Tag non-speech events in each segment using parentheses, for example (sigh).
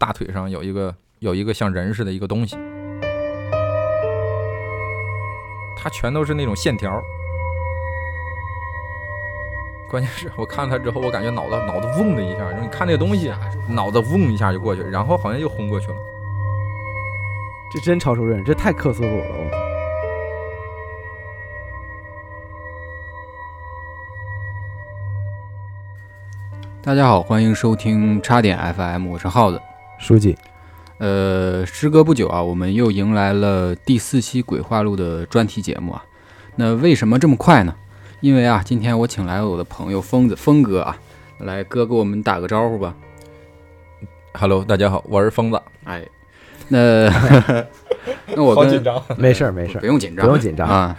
大腿上有一个有一个像人似的一个东西，它全都是那种线条。关键是我看他之后，我感觉脑子脑子嗡的一下，就是你看那个东西，脑子嗡一下就过去，然后好像又昏过去了。这真超出认识，这太克苏鲁了！我操，大家好，欢迎收听叉点 FM，我是耗子。(laughs) 书记，呃，时隔不久啊，我们又迎来了第四期《鬼话录》的专题节目啊。那为什么这么快呢？因为啊，今天我请来了我的朋友疯子峰哥啊，来哥给我们打个招呼吧。 Hello，大家好，我是疯子，哎， (laughs) 那那我跟张。没事儿没事儿，不用紧不张，用紧张。啊。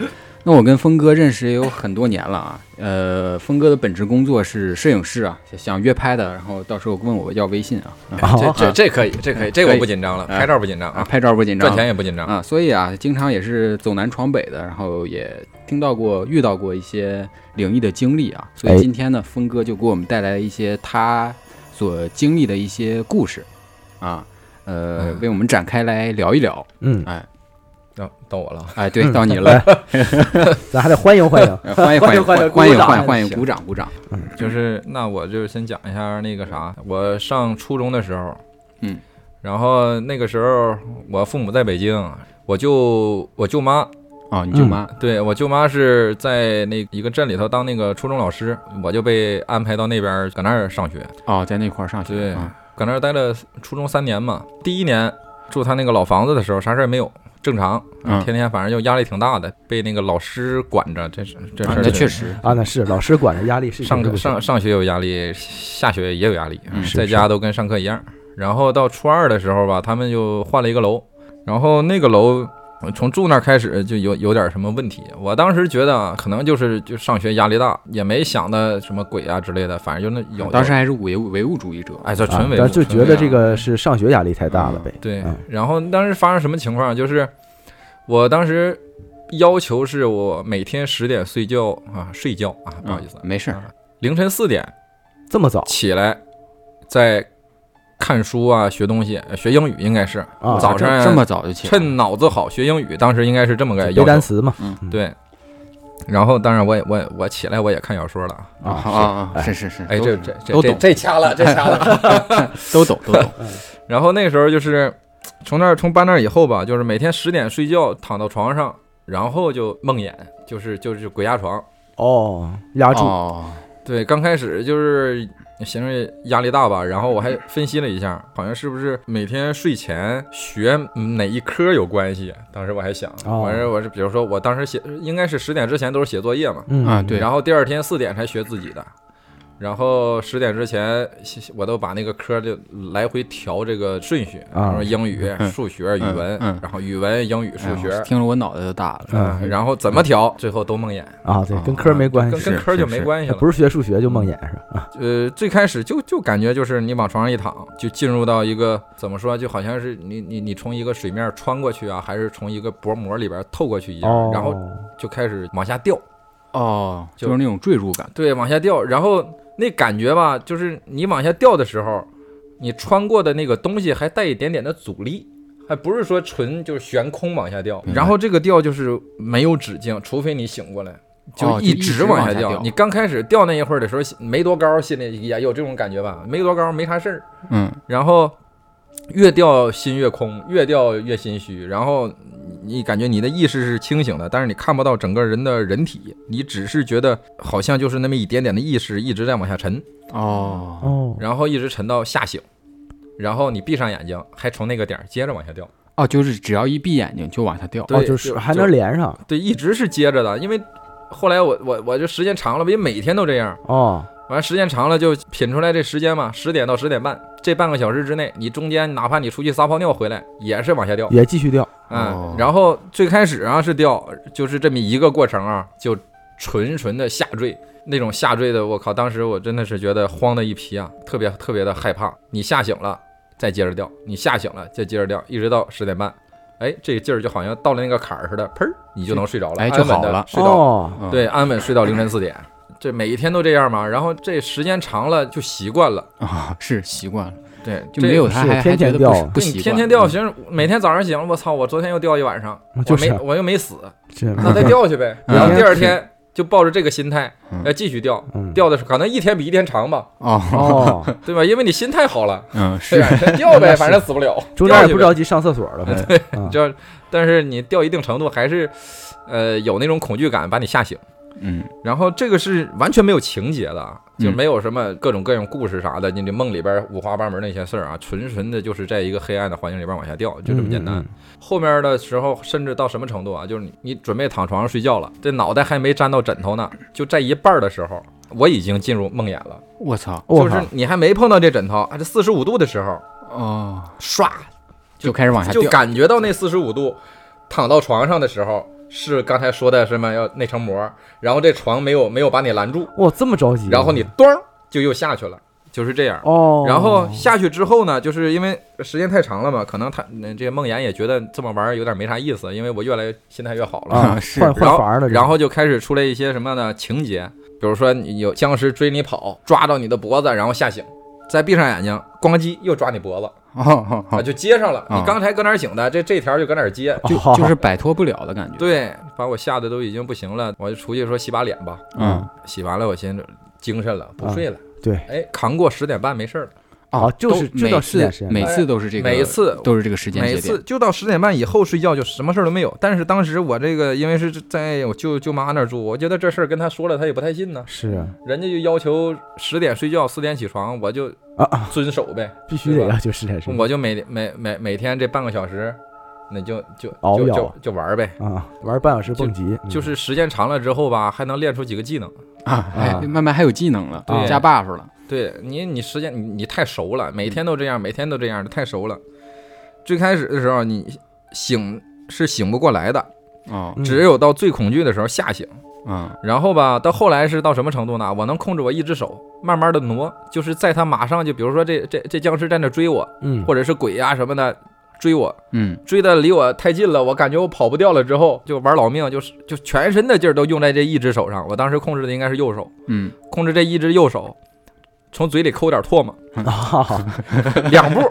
那我跟峰哥认识也有很多年了啊，呃，峰哥的本职工作是摄影师啊，想约拍的，然后到时候问我要微信啊， (laughs) 这哦，这这可以，这可以，这个可我以不紧张了，哎拍照不紧张 (laughs) 啊，啊，拍照不紧张，赚钱也不紧张。啊，所以啊，经常也是走南闯北的，然后也听到过、遇到过一些灵异的经历啊。所哎以今天呢，峰哥就给我们带来一些他所经历的一些故事啊，呃，嗯为我们展开来聊一聊。嗯，啊到我了，哎，对，嗯到你了，。咱还得欢迎欢迎 (laughs) 呃欢迎欢欢迎迎欢迎欢鼓迎掌欢迎欢迎行鼓掌鼓掌。就是那我就先讲一下那个啥，我上初中的时候，嗯，然后那个时候我父母在北京，我舅我舅妈，哦，你舅嗯妈，对我舅妈是在那一个镇里头当那个初中老师，我就被安排到那边儿搁那儿上学，哦，在那块儿上学对啊，搁那儿待了初中三年嘛。第一年住他那个老房子的时候，啥事儿没有，正常，嗯天天反正就压力挺大的，被那个老师管着，这是这事啊儿那是确实，啊，那是老师管着压力是上这课个上上学有压力，下学也有压力，啊嗯是在家都跟上课一样。然后到初二的时候吧，他们就换了一个楼，然后那个楼呃从住那儿开始就有有点什么问题。我当时觉得啊可能就是就上学压力大，也没想的什么鬼啊之类的，反正就那有。当时还是唯物唯物主义者，哎，这啊纯，唯物但就纯觉唯得物这个是上学压力太大了呗。对嗯，然后当时发生什么情况？就是我当时要求是我每天十点睡觉啊，睡觉啊，不好意思嗯，没事儿，凌晨四点这么早起来，在看书啊，学东西，呃学英语应该是啊，早这上这么早就起来了，趁脑子好学英语，当时应该是这么个背要单求。词嘛对，然后当然我也我也我起来我也看小说了啊，啊啊，啊是啊啊，是是是，哎，都这懂这都这这懂这掐了，这掐了。 (laughs) 都懂都懂，然后那个时候就是从那儿从搬那儿以后吧，就是每天十点睡觉，躺到床上，然后就梦魇，就是就是鬼压床。哦，压住哦，对，刚开始就是寻思压力大吧，然后我还分析了一下，好像是不是每天睡前学哪一科有关系？当时我还想，哦我是我是比如说我当时写应该是十点之前都是写作业嘛，嗯啊对然后第二天四点才学自己的，然后十点之前我都把那个科就来回调这个顺序，啊比如说英语、嗯数学、语文，嗯然后语文、英语、哎数呦学，听了我脑袋都大了。嗯嗯，然后怎么调，最后都梦魇，啊，对啊，跟科儿没关跟系，跟科就是没关系了。不是学数学就梦魇是吧？啊呃，最开始就就感觉就是你往床上一躺，就进入到一个怎么说，就好像是你你你从一个水面穿过去啊，还是从一个薄膜里边透过去一样，哦，然后就开始往下掉，哦，就就是那种坠入感。对，往下掉，然后那感觉吧，就是你往下掉的时候，你穿过的那个东西还带一点点的阻力。还不是说纯就是悬空往下掉，明白然后这个掉就是没有止境，除非你醒过来，哦一就一直往往下掉。掉你刚开始掉那一会儿的时候，没多高，心里也有这种感觉吧，没多高，没啥事儿。嗯，然后越掉心越空，越掉越心虚，然后你感觉你的意识是清醒的，但是你看不到整个人的人体，你只是觉得好像就是那么一点点的意识一直在往下沉，哦，哦，然后一直沉到吓醒，然后你闭上眼睛，还从那个点儿接着往下掉，哦，就是只要一闭眼睛就往下掉。对哦就是就还能连上对，一直是接着的，因为后来我我我就时间长了，也每天都这样。哦，完，时间长了就品出来这时间嘛，十点到十点半，这半个小时之内，你中间哪怕你出去撒泡尿回来，也是往下掉。也继续掉，嗯哦，然后最开始啊是掉，就是这么一个过程啊，就纯纯的下坠，那种下坠的，我靠，当时我真的是觉得慌的一批啊，特别特别的害怕。你吓醒了，再接着掉；你吓醒了，再接着掉，一直到十点半，哎，这劲儿就好像到了那个坎儿似的，砰，你就能睡着了，哎就安稳好的了睡到，哦，嗯对，安稳睡到凌晨四点。这每一天都这样嘛，然后这时间长了就习惯了，啊，是习惯了。对，就没有他是还天还觉天得掉不是啊不对习你惯，天天掉，嗯寻思每天早上醒了，我操，我昨天又掉一晚上，就是啊我没我又没死，这那 (laughs) 再掉去呗。嗯然后第二是天就抱着这个心态，嗯呃，继续掉，嗯掉的是可能一天比一天长吧，哦，哦，对吧？因为你心态好了，嗯对是吧，掉那呗，是反正死不了，中间掉也去不呗着急上厕所 (laughs) 了呗。哎啊就但是你掉一定程度还是，呃，有那种恐惧感把你吓醒。嗯然后这个是完全没有情节的啊，嗯就没有什么各种各样故事啥的，你这梦里边五花八门那些事儿啊，纯纯的就是在一个黑暗的环境里边往下掉，就这么简单。嗯嗯后面的时候，甚至到什么程度啊？就是你你准备躺床上睡觉了，这脑袋还没沾到枕头呢，就在一半儿的时候，我已经进入梦魇了，我操就我是靠，你还没碰到这枕头，啊，这四十五度的时候，哦，唰就开始往下就掉，感觉到那四十五度，躺到床上的时候。是刚才说的什么要那层膜，然后这床没有没有把你拦住，哇，这么着急啊？然后你咚儿就又下去了，就是这样。哦，然后下去之后呢，就是因为时间太长了嘛，可能他那这些梦魇也觉得这么玩儿有点没啥意思，因为我越来越心态越好了。啊，是换然换后法儿了，然后就开始出来一些什么呢情节，比如说你有僵尸追你跑，抓到你的脖子，然后吓醒，再闭上眼睛，咣叽又抓你脖子，哦哦啊 (laughs) 哦，就接上了。啊你刚才搁哪儿醒的，这这条就搁哪儿接。就就就是摆脱不了的感觉，对，把我吓得都已经不行了，我就出去说洗把脸吧。嗯洗完了，我寻思精神了，不睡了。对哎，扛过十点半没事儿了。啊就是都知道每时间时次间每次都是这个，每次都是这个时间每节点次，就到十点半以后睡觉，就什么事儿都没有。但是当时我这个因为是在我舅舅妈那儿住，我觉得这事儿跟她说了，她也不太信呢。是啊人家就要求十点睡觉，四点起床，我就啊啊，遵守呗。必须得对吧要求时间时间我就每每每每天这半个小时，那就就熬就夜就就玩儿呗。啊，玩半小时蹦极就。嗯是时间长了之后吧，还能练出几个技能。啊，哎啊慢慢还有技能了，对加 buff 了，对你，你时间你你太熟了，每天都这样，每天都这样，太熟了。最开始的时候，你醒是醒不过来的，哦，嗯只有到最恐惧的时候吓醒。嗯然后吧，到后来是到什么程度呢？我能控制我一只手，慢慢的挪，就是在他马上就，比如说这这这僵尸在那追我，嗯，或者是鬼呀、什么的追我，嗯追的离我太近了，我感觉我跑不掉了之后，就玩老命，就是就全身的劲儿都用在这一只手上。我当时控制的应该是右手，嗯，控制这一只右手，从嘴里抠点唾沫， (laughs) 啊，两步，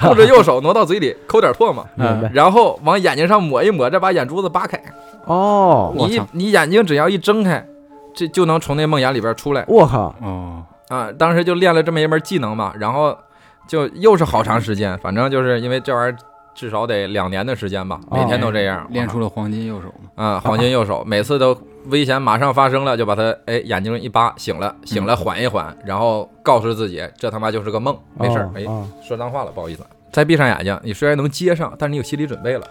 控制右手挪到嘴里抠点唾 (laughs) 沫，明白然后往眼睛上抹一抹，再把眼珠子扒开。哦，你我一操你眼睛只要一睁开，这就能从那梦魇里边出来。我靠，哦，啊，当时就练了这么一门技能嘛，然后就又是好长时间，反正就是因为这玩意儿至少得两年的时间吧，每天都这样、哦练出了黄金右手嘛，啊、黄金右手，每次都危险马上发生了，就把他哎眼睛一扒，醒了醒了缓一缓，然后告诉自己这他妈就是个梦，没事儿哦，哎啊说脏话了，不好意思，再闭上眼睛，你虽然能接上，但是你有心理准备了，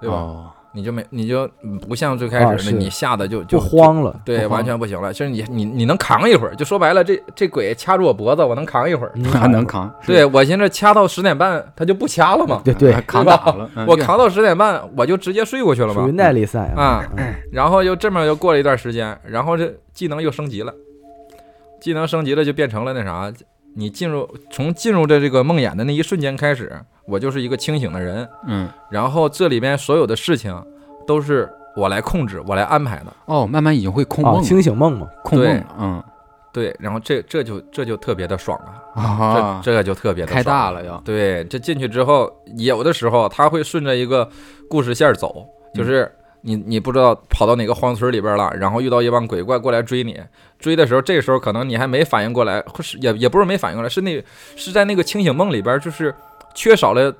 对吧？哦你就没你就不像最开始啊那、是你吓得就就就 (laughs) 慌了，对，不慌完全不行了。就是你你你能扛一会儿，就说白了，这这鬼掐住我脖子，我能扛一会儿。嗯还能扛， (laughs) 是对我寻思掐到十点半，他就不掐了嘛。对对啊，扛吧打了，嗯我扛到十点半，我就直接睡过去了属嘛于。耐力赛啊嗯然后又这么又过了一段时间，然后这技能又升级了，技能升级了就变成了那啥，你进入从进入的这个梦魇的那一瞬间开始，我就是一个清醒的人，嗯，然后这里边所有的事情都是我来控制，我来安排的。哦，慢慢已经会控啊，梦了，清醒梦嘛，控梦对了，嗯对，然后这这就这就特别的爽啊，啊，这这就特别的开大了。嗯了要，对，这进去之后，有的时候他会顺着一个故事线儿走，就是你你不知道跑到哪个荒村里边了，然后遇到一帮鬼怪过来追你，追的时候，这时候可能你还没反应过来，或是也也不是没反应过来，是那是在那个清醒梦里边，就是缺少了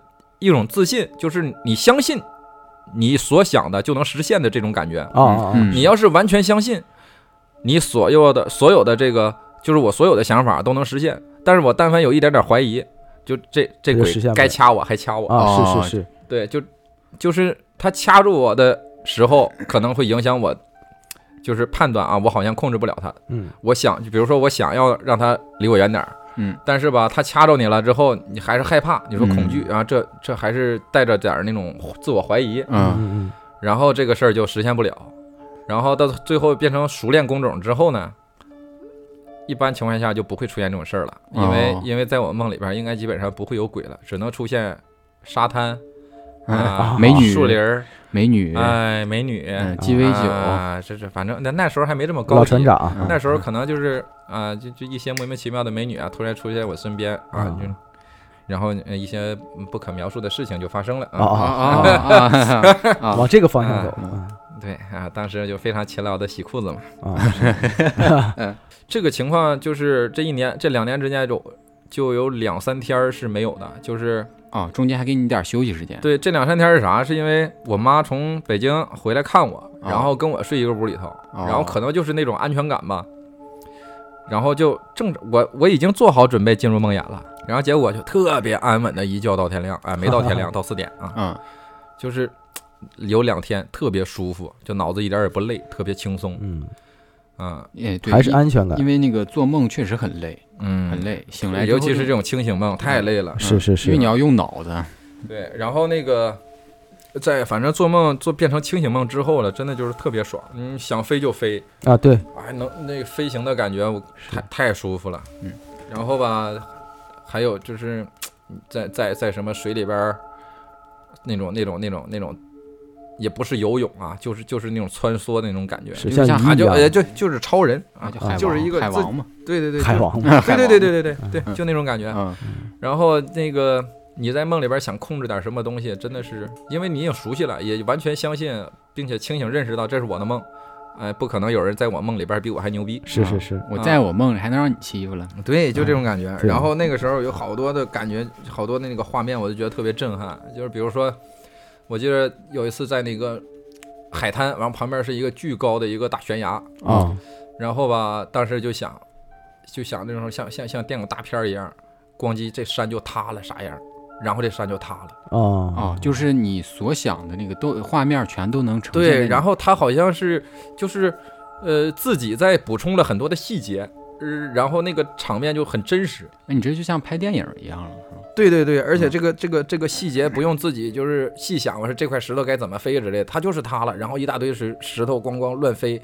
一种自信，就是你相信你所想的就能实现的这种感觉。啊啊啊，嗯你要是完全相信，你所有的所有的这个，就是我所有的想法都能实现。但是我但凡有一点点怀疑，就这这就鬼实现不该了掐我还掐我，啊，哦是是是，对，就就是他掐住我的时候，可能会影响我，就是判断啊，我好像控制不了他。嗯，我想，就比如说我想要让他离我远点儿，嗯，但是吧，他掐着你了之后，你还是害怕，你说恐惧嗯啊，这这还是带着点儿那种自我怀疑，嗯嗯嗯然后这个事儿就实现不了，然后到最后变成熟练工种之后呢，一般情况下就不会出现这种事儿了，因为、哦因为在我梦里边儿应该基本上不会有鬼了，只能出现沙滩啊啊、美女树林儿、美女，哎、美女、嗯鸡尾酒，啊，这这反正那那时候还没这么嗯，高老级船长嗯啊那时候可能就是啊、就就一些莫名其妙的美女啊，突然出现在我身边啊，啊就。然后呃一些不可描述的事情就发生了哦啊。啊 (laughs) 啊啊嗯啊！往这个方向走对啊，当时就非常勤劳的洗裤子嘛。啊啊！这个情况就是这一年这两年之间就就有两三天儿是没有的，就是啊，中间还给你点休息时间。对这两三天儿是啥？是因为我妈从北京回来看我，哦然后跟我睡一个屋里头，然后可能就是那种安全感吧。然后就正我我已经做好准备进入梦魇了，然后结果就特别安稳的一觉到天亮，哎，没到 (laughs) 天亮，到四点啊，嗯就是有两天特别舒服，就脑子一点儿也不累，特别轻松，嗯，啊，也对，还是安全感因，为那个做梦确实很累，嗯，很累，醒来尤其是这种，种啊清醒梦太累嗯了，是是因为是你，要用脑子。对，然后那个，在反正做梦做变成清醒梦之后了，真的就是特别爽，嗯，想飞就飞，啊，对，哎，能那个飞行的感觉，我是太太舒服了，嗯，然后吧，还有就是在在在什么水里边儿那种那种那种那种，也不是游泳啊，就是就是那种穿梭那种感觉，是像像啊鱼一就哎 (laughs) 样，就就是超人啊，就海就是一个海自王嘛，对对对，海就 (laughs) 王嘛，对对对对对对对，就那种感觉，啊嗯，然后那个你在梦里边想控制点什么东西，真的是因为你已经熟悉了，也完全相信，并且清醒认识到这是我的梦，哎，不可能有人在我梦里边比我还牛逼。是是是，我在我梦里还能让你欺负了，对，就这种感觉。对然后那个时候有好多的感觉，好多的那个画面，我就觉得特别震撼。就是比如说，我记得有一次在那个海滩，然后旁边是一个巨高的一个大悬崖，嗯啊，然后吧，当时就想，就想那种像像像电影大片儿一样，咣叽这山就塌了啥样，然后这山就塌了。哦啊嗯哦，就是你所想的那个都画面全都能呈现在你。对，然后他好像是就是呃自己在补充了很多的细节，呃然后那个场面就很真实。嗯哎你这就像拍电影一样了，是吧？对对对，而且这个、这个这个细节不用自己就是细想，我说这块石头该怎么飞之类的，它就是塌了，然后一大堆石石头咣咣乱飞，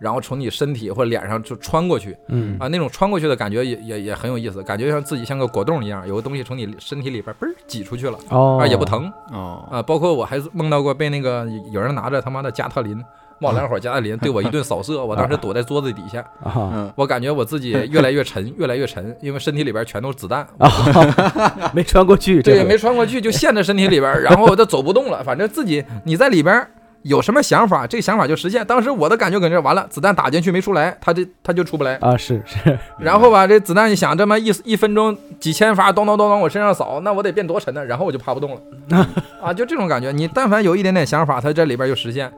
然后从你身体或脸上就穿过去嗯啊，那种穿过去的感觉也也也很有意思，感觉像自己像个果冻一样，有个东西从你身体里边嘣儿挤出去了哦啊，也不疼。哦，啊，包括我还梦到过被那个有人拿着他妈的加特林冒蓝火加特林对我一顿扫射，我当时躲在桌子底下，啊，嗯，我感觉我自己越来越沉，越来越沉，因为身体里边全都是子弹，啊 (laughs) 没穿过去，对，这回没穿过去就陷在身体里边，然后我就走不动了，反正自己你在里边。有什么想法，这想法就实现。当时我的感觉可能是完了，子弹打进去没出来，他这他就出不来。啊，是是，然后吧，这子弹一响，这么一一分钟几千发，咚咚咚咚往身上扫，那我得变多沉呢？然后我就爬不动了， (laughs) 啊，就这种感觉。你但凡有一点点想法，它这里边就实现，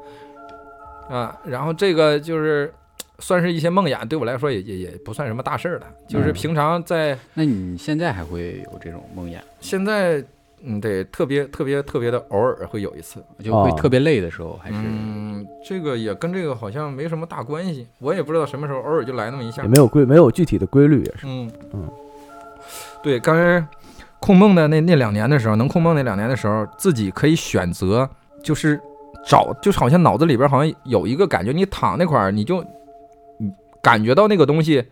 啊，然后这个就是算是一些梦魇，对我来说也也也不算什么大事儿了，就是嗯平常在那你现在还会有这种梦魇，现在，嗯，对，特别特别特别的偶尔会有一次，就会哦特别累的时候，还是嗯，这个也跟这个好像没什么大关系，我也不知道什么时候偶尔就来那么一下也，没有规，没有具体的规律，也是，嗯嗯，对，刚才控梦的那那两年的时候，能控梦那两年的时候，自己可以选择，就是找，就是好像脑子里边好像有一个感觉，你躺那块儿，你就你感觉到那个东西，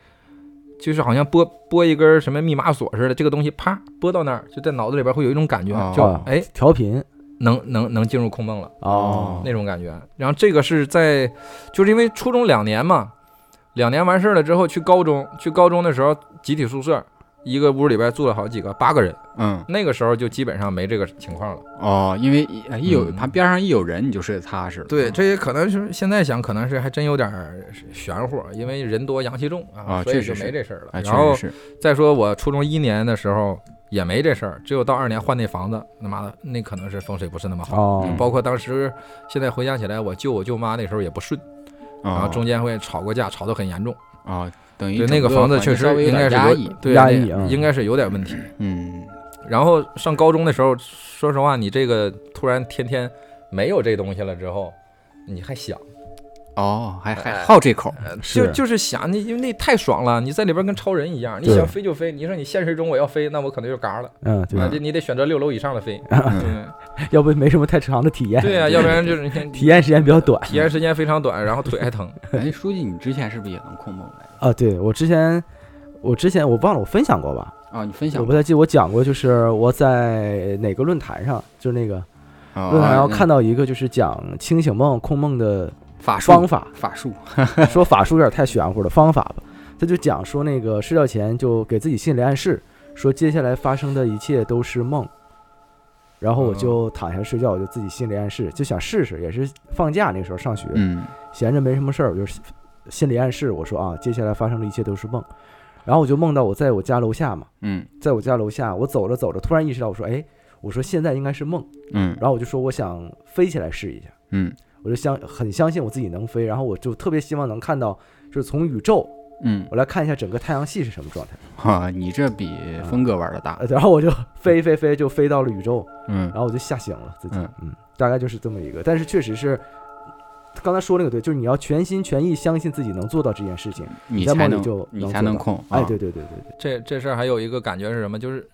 就是好像拨拨一根什么密码锁似的，这个东西啪拨到那儿，就在脑子里边会有一种感觉，哦就哎调频能能能进入控梦了。哦，那种感觉。然后这个是在，就是因为初中两年嘛，两年完事儿了之后去高中，去高中的时候集体宿舍，一个屋里边住了好几个，八个人，嗯那个时候就基本上没这个情况了。哦，因为一一有嗯旁边上一有人，你就睡得踏实了。对，嗯这也可能是现在想，可能是还真有点儿玄乎，因为人多阳气重啊，啊所以确就实是没这事儿了。哎，确然后实是再说我初中一年的时候也没这事儿，只有到二年换那房子，他妈的那可能是风水嗯不是那么好。哦，包括当时现在回想起来，我舅我舅妈那时候也不顺。然哦后啊中间会吵过架，吵得很严重。啊，等于对，整那个房子环境确稍实微有应该点是压有抑，对压抑啊应该是有点问题。嗯然后上高中的时候，说实话，你这个突然天天没有这东西了之后，你还想，哦，还还哎好这口，就是就是想你，因为那太爽了，你在里边跟超人一样，你对想飞就飞。你说你现实中我要飞，那我可能就嘎了，嗯，对那，就你得选择六楼以上的飞。嗯嗯，要不没什么太长的体验，对呀、要不然就是你哎 (laughs) 体验时间比较短体验时间非常短，然后腿还疼。哎，书记，你之前是不是也能控梦来着？啊。对我之前，我之前我忘了我分享过吧，啊，你分享我不太记，我讲过，就是我在哪个论坛上，就是那个哦啊论坛上嗯啊看到一个就是讲清醒梦、控梦的法术方法，法术，说法术有点太玄乎了，方法吧，他就讲说那个睡觉前就给自己心理暗示，说接下来发生的一切都是梦。然后我就躺下睡觉，我就自己心理暗示，就想试试，也是放假那时候上学，嗯闲着没什么事儿，我就心理暗示我说啊，接下来发生的一切都是梦。然后我就梦到我在我家楼下嘛，嗯在我家楼下，我走着走着，突然意识到我说，哎，我说现在应该是梦。嗯然后我就说我想飞起来试一下，嗯我就相很相信我自己能飞，然后我就特别希望能看到，就是从宇宙嗯，我来看一下整个太阳系是什么状态。 (laughs) 哈，你这比峰哥玩的大呃，然后我就飞飞飞就飞到了宇宙，嗯然后我就吓醒了自己嗯，嗯，大概就是这么一个。但是确实是，刚才说那个对，就是你要全心全意相信自己能做到这件事情。你在才梦里能就你能才做能到控，哎，啊对对对对对，这这事儿还有一个感觉是什么？就是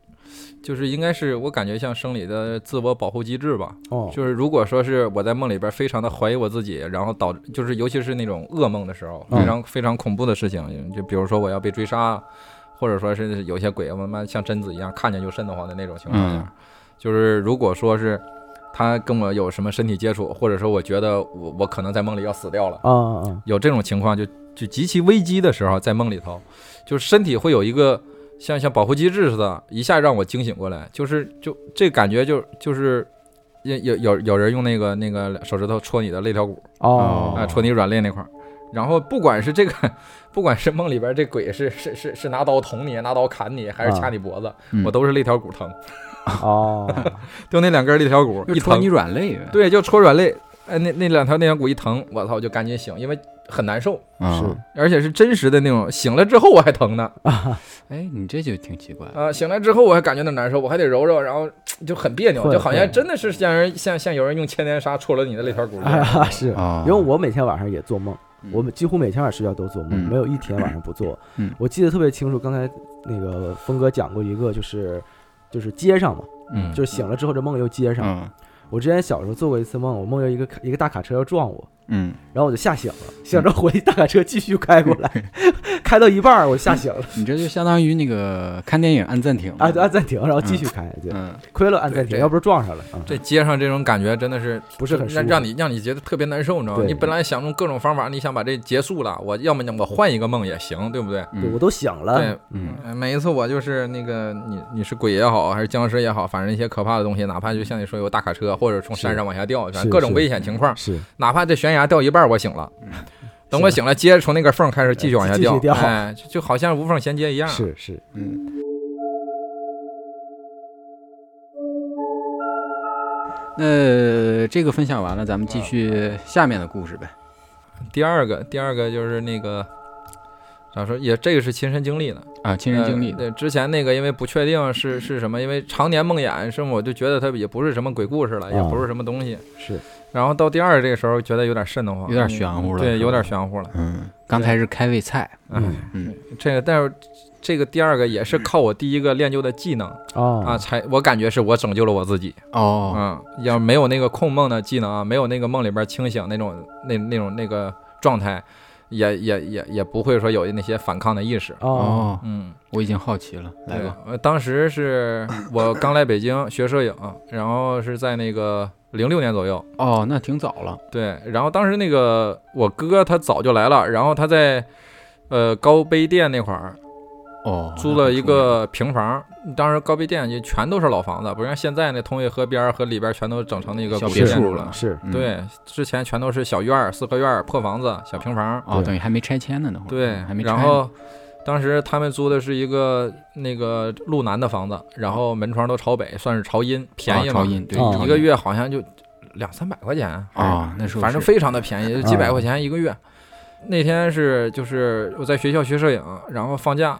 就是应该是我感觉像生理的自我保护机制吧。哦，就是如果说是我在梦里边非常的怀疑我自己，然后导就是尤其是那种噩梦的时候，嗯非常非常恐怖的事情，就比如说我要被追杀，或者说是有些鬼我他妈像贞子一样看见就瘆得慌的那种情况下，嗯就是如果说是他跟我有什么身体接触，或者说我觉得我我可能在梦里要死掉了，啊啊啊，有这种情况就就极其危机的时候，在梦里头，就是身体会有一个像像保护机制似的，一下让我惊醒过来，就是就这感觉就就是。有有有有人用那个那个手指头戳你的肋条骨哦啊、，戳你软肋那块儿，然后不管是这个， (laughs) 不管是梦里边这鬼是是是是拿刀捅你、拿刀砍你，还是掐你脖子，嗯我都是肋条骨疼，哦，就那两根肋条骨又一戳疼你，软肋，对，就戳软肋，哎，那那两条肋条骨一疼，我操，我就赶紧醒，因为很难受，啊是而且是真实的那种，醒了之后我还疼呢，哎，你这就挺奇怪的，呃啊、醒来之后我还感觉到难受，我还得揉揉，然后就很别扭，会就好像会真的是像人像像有人用千年砂戳了你的肋条 (laughs) 骨一样。啊是，啊，因为我每天晚上也做梦，嗯我们几乎每天晚上睡觉都做梦，嗯没有一天晚上不做。嗯我记得特别清楚，刚才那个峰哥讲过一个，就是就是街上嘛，嗯就是醒了之后这梦又接上。嗯我之前小时候做过一次梦，我梦见一个卡一个大卡车要撞我，嗯然后我就吓醒了，醒着回去大卡车继续开过来， (laughs) 开到一半儿我就吓醒了，你这就相当于那个看电影按暂停啊，就按暂停，然后继续开，对，嗯亏了按暂对停，这要不是撞上了，嗯这街上这种感觉真的是不是很舒让服让你让你觉得特别难受，你知道吗？对你本来想用各种方法，你想把这结束了，我要么我换一个梦也行，对不对？对嗯我都醒了对，嗯，呃每一次我就是那个你你是鬼也好，还是僵尸也好，反正一些可怕的东西，哪怕就像你说有大卡车或者从山上往下掉，反是正各种是危险情况，是哪怕这悬崖掉一半，我醒了。等我是醒了，接着从那个缝开始继续往下继续掉，掉哎，就就好像无缝衔接一样。是是，嗯。那这个分享完了，咱们继续下面的故事呗。第二个，第二个就是那个咋说，也这个是亲身经历的，啊，亲身经历呃对，的，之前那个因为不确定是是什么，因为常年梦魇，是吗我就觉得它也不是什么鬼故事了，也啊不是什么东西。是然后到第二这个时候，觉得有点瘆得慌，嗯有点玄乎了对，有点玄乎了。嗯，刚才是开胃菜，哎，嗯嗯这个但是。这个第二个也是靠我第一个练就的技能啊，哦才我感觉是我拯救了我自己哦，啊。要没有那个控梦的技能啊，没有那个梦里边清醒那种那那种那个状态，也也也也不会说有那些反抗的意识。哦哦，嗯，我已经好奇了，来对吧，呃，当时是我刚来北京学摄影，然后是在那个零六年左右，哦，那挺早了，对，然后当时那个我哥他早就来了，然后他在呃高碑店那块儿哦，租那了很一出名，个平房，当时高碑店就全都是老房子，不像现在那通惠河边儿和里边儿全都整成那个小古别建墅筑了了。是嗯，对，之前全都是小院儿、四合院儿、破房子、小平房。哦，等于还没拆迁呢，那会儿，对嗯还没，拆呢，然后当时他们租的是一个那个路南的房子，然后门窗都朝北，算是朝阴，便宜哦嘛超，印，对，哦超一个印月好像就两三百块钱，啊，那时候哎反正是啊非常的便宜，就几百块钱一个月。那天是就是我在学校学摄影，然后放假，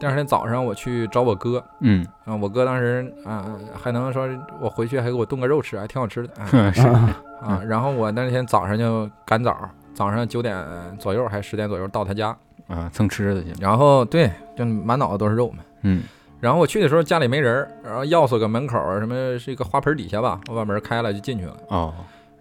第二天早上我去找我哥。嗯，啊，我哥当时啊、还能说我回去还给我炖个肉吃，还挺好吃的啊、 (laughs) 是啊啊。嗯然后我那天早上就赶早，早上九点左右还是十点左右到他家，啊，蹭吃的去，然后对，就满脑子都是肉嘛。嗯然后我去的时候家里没人儿，然后钥匙搁门口儿什么是一个花盆底下吧，我把门开了就进去了。哦，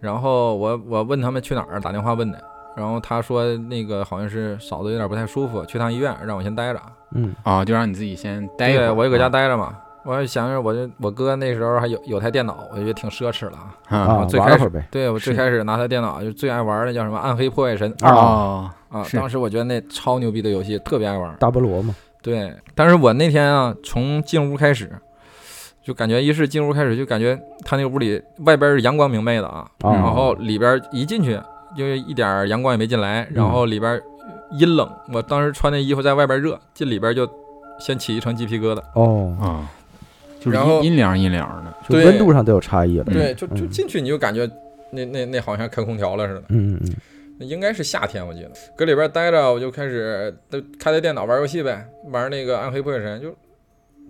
然后我我问他们去哪儿，打电话问的，然后他说那个好像是嫂子有点不太舒服，去趟医院，让我先待着。嗯哦，就让你自己先待一会对，儿，我就搁家啊待着嘛。我就想着我这我哥那时候还有有台电脑，我就觉得挺奢侈了啊。啊，啊，最玩开了始会儿呗，对我最是开始拿他电脑就最爱玩的叫什么《暗黑破坏神啊二》哦，啊，是当时我觉得那超牛逼的游戏特别爱玩。大菠萝嘛，对，但是我那天啊，从进屋开始，就感觉一是进屋开始就感觉他那个屋里外边是阳光明媚的啊，啊，然后里边一进去因为一点儿阳光也没进来，然后里边阴冷，我当时穿那衣服在外边热，进里边就先起一层鸡皮疙瘩。哦，啊，就是然后阴阴凉阴凉的，就对温度上都有差异了。对，就就嗯进去你就感觉那那那好像开空调了似的。嗯嗯应该是夏天，我记得搁里边待着，我就开始都开台电脑玩游戏呗，玩那个《暗黑破坏神》，就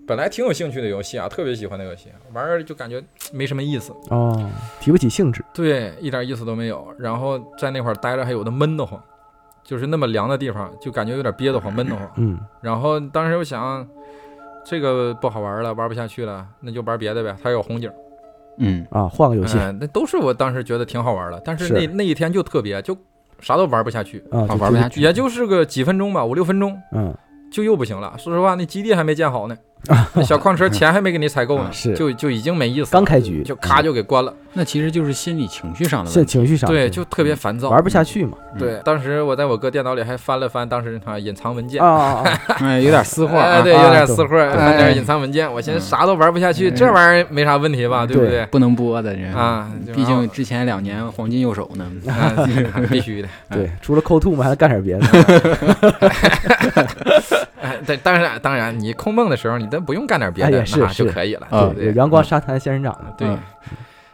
本来挺有兴趣的游戏啊，特别喜欢那游戏，玩儿就感觉没什么意思，嗯，哦，提不起兴致。对，一点意思都没有。然后在那块儿待着还有的闷得慌，就是那么凉的地方，就感觉有点憋得慌，闷得慌。嗯然后当时我想，这个不好玩了，玩不下去了，那就玩别的呗。它有红警，嗯啊，换个游戏嗯、那都是我当时觉得挺好玩的，但是是那那一天就特别，就啥嗯都玩不下去。啊，啊就玩自不己下去，也就是个几分钟吧，五六分钟嗯就又不行了。说实话，那基地还没建好呢，那小矿车钱还没给你采购呢，啊是就就已经没意思了，刚开局嗯就咔就给关了，那其实就是心理情绪上的现在问题，情绪上对，是就特别烦躁。嗯玩不下去嘛。嗯对，当时我在我哥电脑里还翻了翻当时啊隐藏文件。啊啊 (laughs) 啊！哎，有点私货哎，啊，对，啊有点懂私货，哎有点隐藏文件。我寻思嗯啥都玩不下去，这玩意儿没啥问题吧，对不对对？不能播的这啊，毕竟之前两年黄金右手呢， (laughs) 啊必须的。对，除了抠吐嘛，还能干点别的。哎，对，当然当然，你空梦的时候，你真不用干点别哎的，也那是啥就是可以了，啊对不对，有对？嗯阳光沙滩仙人掌。对嗯。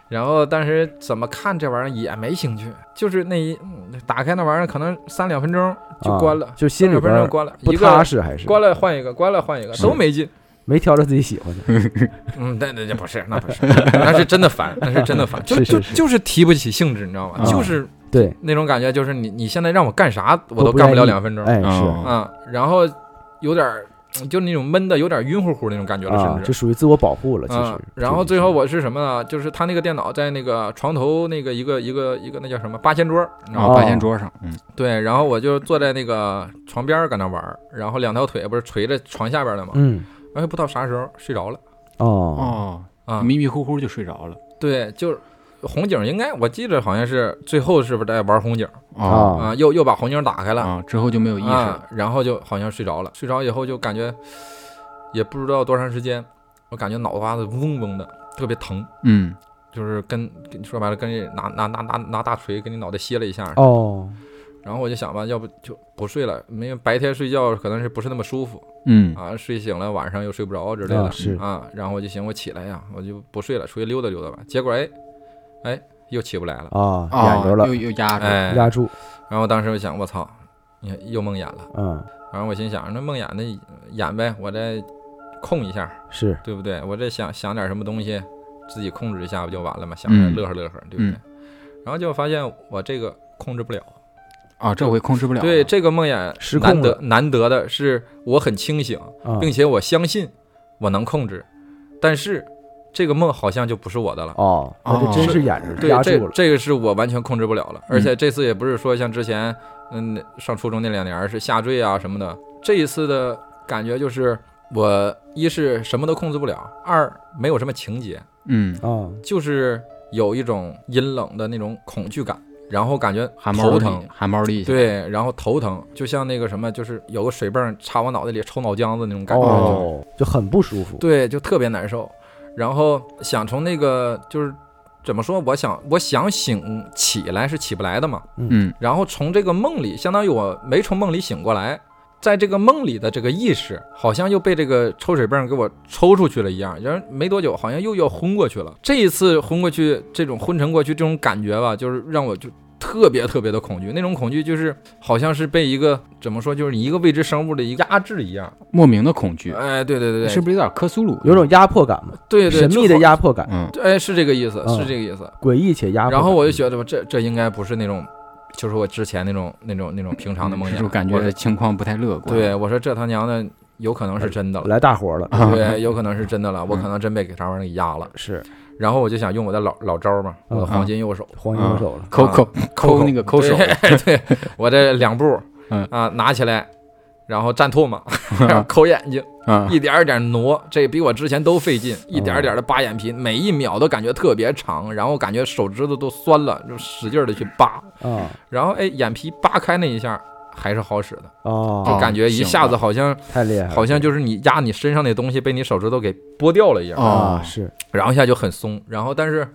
然后，但是怎么看这玩意儿也没兴趣，就是那一嗯打开那玩意儿，可能三两分钟就啊关了，就心里三两分边钟关了，不一踏个实，还是关了换一个，关了换一个，是都没劲。没挑着自己喜欢的。嗯，那那那不是，那不是， (laughs) 那是真的烦，那是真的烦，就是就是就是提不起兴致，你知道吗？啊就是对，那种感觉，就是你你现在让我干啥，我都不干不了愿意两分钟哎，哦是啊，然后有点儿就那种闷的，有点晕乎乎那种感觉了，啊，甚至就。属于自我保护了。其啊实，。然后最后我是什么呢？就是他那个电脑在那个床头那个一个一个一个那叫什么八仙桌，然然后后哦八仙桌上，嗯，对，然后我就坐在那个床边儿搁那玩儿，然后两条腿不是垂着床下边儿了吗？嗯哎，不知道啥时候睡着了哦哦，啊。迷迷糊糊就睡着了，对，就是红警应该我记得好像是最后是不是在玩红警哦啊？又又把红警打开了啊，之后就没有意识了，啊，然后就好像睡着了，睡着以后就感觉也不知道多长时间，我感觉脑瓜子嗡嗡的，特别疼。嗯，就是跟跟说白了，跟人拿拿拿拿拿大锤给你脑袋歇了一下，哦，然后我就想吧，要不就不睡了，因为白天睡觉可能是不是那么舒服嗯，啊，睡醒了晚上又睡不着之类啊的是啊，然后我就行，我起来呀，我就不睡了，出去溜达溜达吧。结果哎哎又起不来了，啊，啊压着，了又，又压住，哎，压住，然后当时我想我操，你看又梦魇了，嗯，然后我心想那梦魇那演呗，我再控一下，是对不对？我这想想点什么东西，自己控制一下不就完了吗？想着嗯乐呵乐呵，对不对？嗯然后就发现我这个控制不了。啊，这回控制不了了，对，这个梦魇失控难得了难得的是，我很清醒，啊，并且我相信我能控制，但是这个梦好像就不是我的了。哦，那哦就真是眼着对，压这住了，这个是我完全控制不了了，而嗯且这次也不是说像之前，嗯，上初中那两年是下坠啊什么的，这一次的感觉就是我一是什么都控制不了，二没有什么情节，嗯，啊，就是有一种阴冷的那种恐惧感，然后感觉汗毛头立疼，，汗毛立起来，对，然后头疼，就像那个什么，就是有个水泵插我脑袋里抽脑浆子那种感觉，哦，就很不舒服，对，就特别难受。然后想从那个就是怎么说，我想我想醒起来是起不来的嘛。嗯，然后从这个梦里，相当于我没从梦里醒过来，在这个梦里的这个意识，好像又被这个抽水泵给我抽出去了一样，然后没多久好像又要昏过去了。这一次昏过去，这种昏沉过去这种感觉吧，就是让我就。特别特别的恐惧，那种恐惧就是好像是被一个怎么说，就是一个未知生物的一个压制一样。莫名的恐惧，哎，对对对对，是不是有点科苏鲁？有种压迫感嘛，对对神秘的压。压迫感，嗯，哎，是这个意思，嗯是这个意思。诡异且压迫感。然后我就觉得吧，这这应该不是那种，就是我之前那种那种那种平常的梦嗯魇，就感我觉说情况不太乐观，对我说这他娘的有可能是真的了，来大活了，啊，对，有可能是真的了，我可能真被给啥玩意儿给压了。是然后我就想用我的老老招儿嘛，我的黄金右手黄金手了，抠抠啊抠口那个抠 (laughs) 手，对对我这两步嗯啊拿起来，然后蘸唾沫，然后 (laughs) 抠眼睛，啊，一点儿一点儿挪，这比我之前都费劲，一点儿一点的扒眼皮，每一秒都感觉特别长，然后感觉手指头都酸了，就使劲的去扒，啊然后哎，眼皮扒开那一下，还是好使的，哦，就感觉一下子好像太厉害了，好像就是你压你身上那东西被你手指头给剥掉了一样，哦啊，是然后一下就很松，然后但是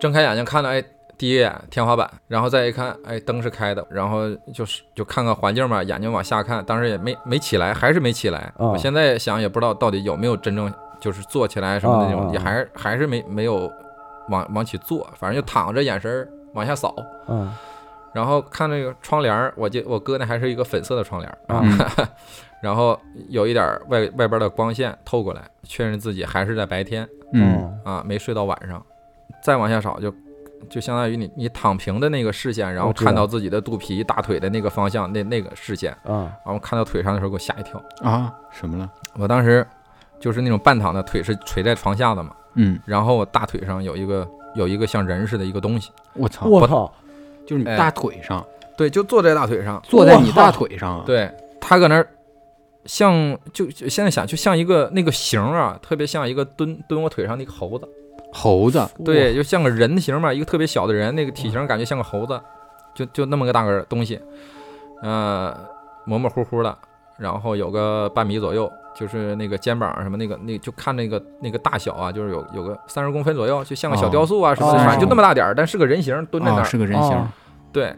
睁开眼睛看到哎。第一眼天花板，然后再一看，哎，灯是开的，然后就是就看看环境嘛，眼睛往下看，当时也没没起来，还是没起来。啊我现在想也不知道到底有没有真正就是坐起来什么的那种，啊也还是还是没没有往往起坐，反正就躺着，眼神儿往下扫，嗯然后看那个窗帘儿，我记我哥那还是一个粉色的窗帘儿啊， (laughs) 嗯然后有一点儿外外边的光线透过来，确认自己还是在白天嗯，哦啊，没睡到晚上。再往下扫就就相当于你你躺平的那个视线，然后我知道看到自己的肚皮、大腿的那个方向，那那个视线，啊然后看到腿上的时候给我吓一跳。啊，什么了？我当时就是那种半躺的，腿是垂在床下的嘛，嗯，然后我大腿上有一个有一个像人似的一个东西，我操，我靠，就是你哎大腿上，对，就坐在大腿上，坐在你我靠大腿上啊，对，他搁那儿像就就现在想就像一个那个形儿啊，特别像一个蹲蹲我腿上那个猴子，猴子，对，就像个人形嘛，一个特别小的人，那个嗯体型感觉像个猴子，就就那么个大个儿东西，呃，模模糊糊的，然后有个半米左右。就是那个肩膀什么那个那就看那个那个大小啊，就是有有个三十公分左右，就像个小哦雕塑啊什么的，哦反正就那么大点儿，但是个人形蹲在那啊，儿，是个人形哦儿，对。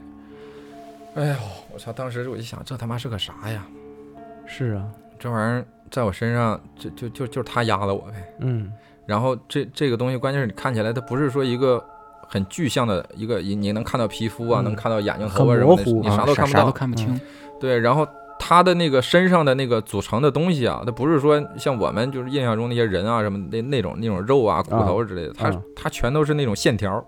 哎呦，我操！当时我就想，这他妈是个啥呀？是啊，这玩意儿在我身上，就就就就是他压了我呗。嗯然后这这个东西，关键是你看起来它不是说一个很具象的一个，你你能看到皮肤啊，嗯能看到眼睛、很头发什么模的，糊你啥啊都啥看不啥都到。看不清，对，然后他的那个身上的那个组成的东西啊，它不是说像我们就是印象中那些人啊什么那那种那种肉啊、骨头之类的，它啊它全都是那种线条，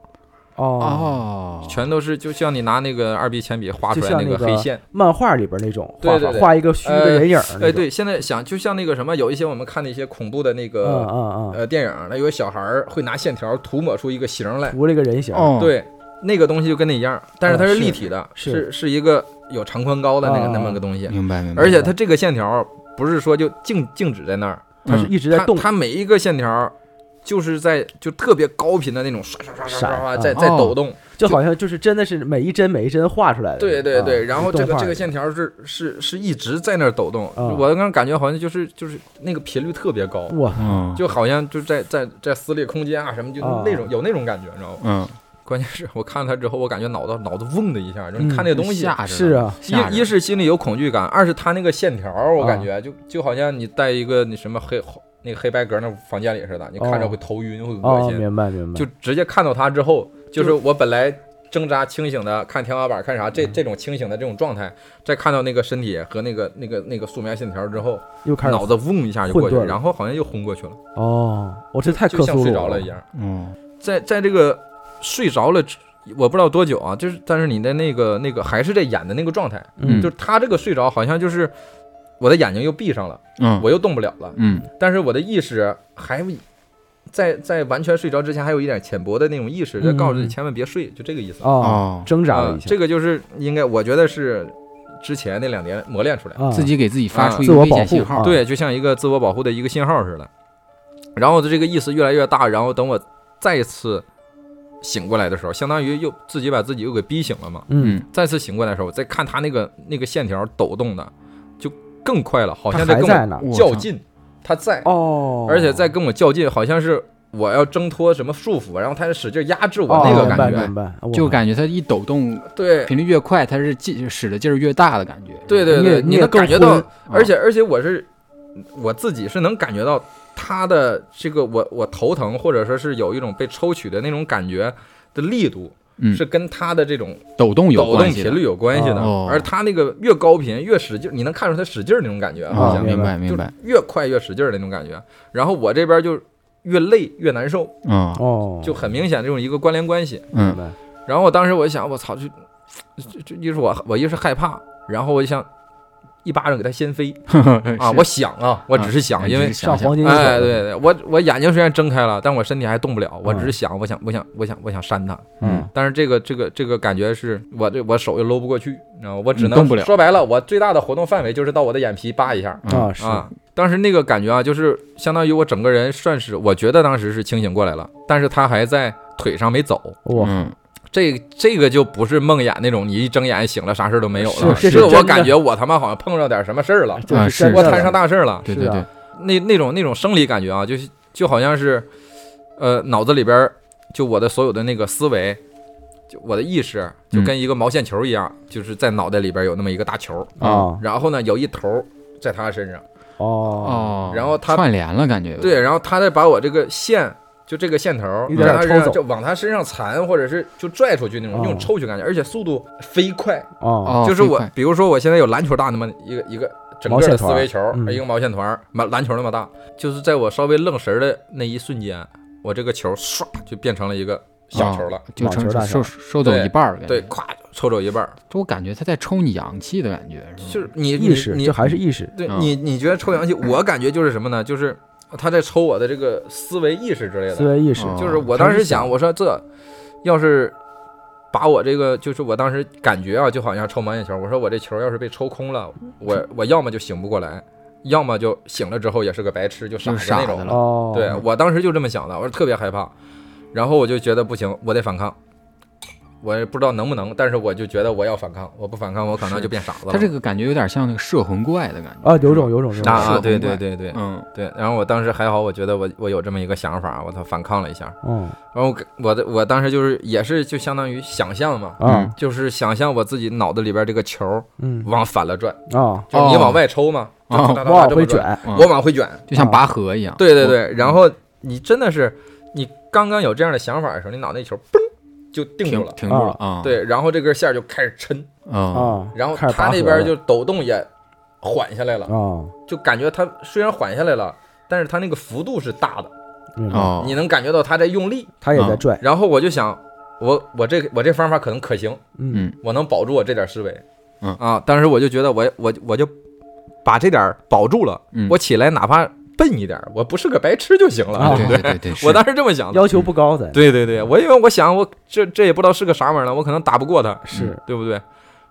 哦，哦，全都是就像你拿那个二 B 铅笔画出就来像那那个个黑线。漫画里边那种对画对法，对画一个虚的呃人影儿，哎，，对，现在想就像那个什么，有一些我们看的一些恐怖的那嗯个嗯嗯，呃电影，那有小孩儿会拿线条涂抹出一个形儿来，涂了一个人形儿，哦，，对，那个东西就跟那一样，但是它啊是是立体的，是是是一个有长宽高的那个啊那么个东西，明白明白，而且它这个线条不是说就静静止在那儿，它是嗯一直它在动，它每一个线条就是在就特别高频的那种刷刷刷刷刷闪刷啊在在哦抖动，就好像就是真的是每一帧每一帧画出来的，对对啊对，然后是这动个画这个的线条是是是一直在那儿抖动，啊我刚感觉好像就是就是那个频率特别高。哇，嗯就好像就在在在撕裂空间啊什么，就啊那种、有那种感觉，你知道吗？嗯，关键是我看了它之后，我感觉脑子脑子嗡的一下，就是嗯看那个东西，吓着了是啊，吓着一一了是心里有恐惧感，二是它那个线条，我啊感觉就就好像你在一个那什么黑那个黑白格那房间里似的，你看着哦会头晕，会恶哦，心，明白明白，就直接看到它之后，就是我本来。挣扎清醒的看天花板看啥，这嗯这种清醒的这种状态，再看到那个身体和那个那个那个素描线条之后，又开始脑子嗡一下就过去了，混沌了然后好像又昏过去了，哦，我这太就克像苏睡鲁着了一样。嗯在在这个睡着了之，我不知道多久啊，就是但是你的那个那个还是在演的那个状态，嗯嗯就是他这个睡着好像就是我的眼睛又闭上了，嗯我又动不了了，嗯但是我的意识还在在完全睡着之前还有一点浅薄的那种意识，在告诉自己嗯千万别睡，就这个意思。哦，哦，挣扎了啊一下，这个就是应该我觉得是之前那两年磨练出来的，啊自己嗯给自己发啊出一自个我危保险信护号啊，对，就像一个自我保护的一个信号似的。然后这个意识越来越大，然后等我再一次醒过来的时候，相当于又自己把自己又给逼醒了嘛。嗯，再次醒过来的时候，我再看他那个那个线条抖动的，就更快了，好他像还跟在我呢，我较操劲，他在，哦，而且在跟我较劲，好像是我要挣脱什么束缚，然后他使劲压制我哦那个明白感觉。明白，我就感觉它一抖动，对频率越快，它是劲使的劲儿越大的感觉。对对你也对，你也能更感觉昏到啊，哦而且而且我是我自己是能感觉到他的这个我我头疼，或者说是有一种被抽取的那种感觉的力度，嗯，是跟他的这种抖动有抖动关系的频率有关系的哦。而他那个越高频越使劲，你能看出他使劲儿那种感觉，好啊，像明明白白就明白是，越快越使劲儿的那种感觉。然后我这边就越累越难受，嗯哦，就很明显这种一个关联关系。明嗯白，然后我当时我就想，我操，这这这，就是我我一是害怕，然后我就想一巴掌给他掀飞嗯 (laughs) 啊！ (laughs) 我想啊，我只是想，因为上黄金一手哎，对，对，我我眼睛虽然睁开了，但我身体还动不了，我只是想，我想，我想，我想，我想扇他，嗯嗯，但是这个这个这个感觉是我这我手又搂不过去，你知道吗？我只嗯你能动不了说白了，我最大的活动范围就是到我的眼皮扒一下啊是啊。当时那个感觉啊，就是相当于我整个人算是，我觉得当时是清醒过来了，但是他还在腿上没走，哇，嗯这这个就不是梦魇那种，你一睁眼醒了啥事儿都没有了。是这是这真我的感觉我他妈好像碰着点什么事儿了，这啊是真嗯我的摊上大事儿了。对是对啊对，那那种那种生理感觉啊，就是就好像是，呃，脑子里边儿就我的所有的那个思维，就我的意识，嗯就跟一个毛线球一样，就是在脑袋里边有那么一个大球，啊然后呢有一头儿在他身上，哦，哦，然后他串联了，感觉哦有对，点然后他再把我这个线。就这个线头儿，有点在他身抽上走就往他身上缠，或者是就拽出去那种，哦那种抽取感觉，而且速度飞快。哦哦，就是飞我快，比如说我现在有篮球大那么一个一个整毛个线的团思儿维球，嗯一个毛线团儿，满篮球那么大，就是在我稍微愣神儿的那一瞬间，我这个球唰就变成了一个小球了，就网球成大收小收走对一半儿，感觉对，，咵抽走一半儿，就我感觉他在抽你阳气的感觉，吧就是你意识，你你这还是意识，对嗯你你觉得抽阳气，我感觉就是什么呢？就是他在抽我的这个思维意识之类思的，维意识，哦就是我当时他是想，我说这要是。把我这个，就是我当时感觉啊，就好像抽毛线球。我说我这球要是被抽空了，我我要么就醒不过来，要么就醒了之后也是个白痴，就傻就子是那傻种子。了，哦，对啊我当时就这么想的，我是特别害怕，然后我就觉得不行，我得反抗。我也不知道能不能，但是我就觉得我要反抗，我不反抗我可能是就变傻子了。他这个感觉有点像那个摄魂怪的感觉啊，有种有种这啊种，啊，社对恐对感对对嗯，对。然后我当时还好，我觉得我我有这么一个想法，我操，反抗了一下。嗯然后我给我的我当时就是也是就相当于想象嘛，啊就是想象我自己脑子里边这个球儿嗯往反了转，啊，就是你哦往外抽嘛，就哦哒哒哒往这回么卷，，嗯我往回卷，就像拔河一样，啊对对对，然后你真的是，你刚刚有这样的想法的时候，你脑袋一球嘣就定住停了，停住了啊，对，然后这根线儿就开始抻，啊，啊，然后开始他拔那河边了就抖动也缓下来了，哦啊，就感觉他虽然缓下来了，但是他那个幅度是大的，明白，哦，啊你能感觉到他在用力。他也啊在拽，然后我就想，我我这我这方法可能可行，嗯我能保住我这点思维，嗯啊，当时我就觉得我我我就把这点儿保住了，嗯我起来哪怕笨一点儿，我不是个白痴就行了，啊对对不对对对，(laughs) 是我当时这么嗯想的。要求不高的，对对对，我因为我想我这这也不知道是个啥玩意儿了，我可能打不过他，是对不对？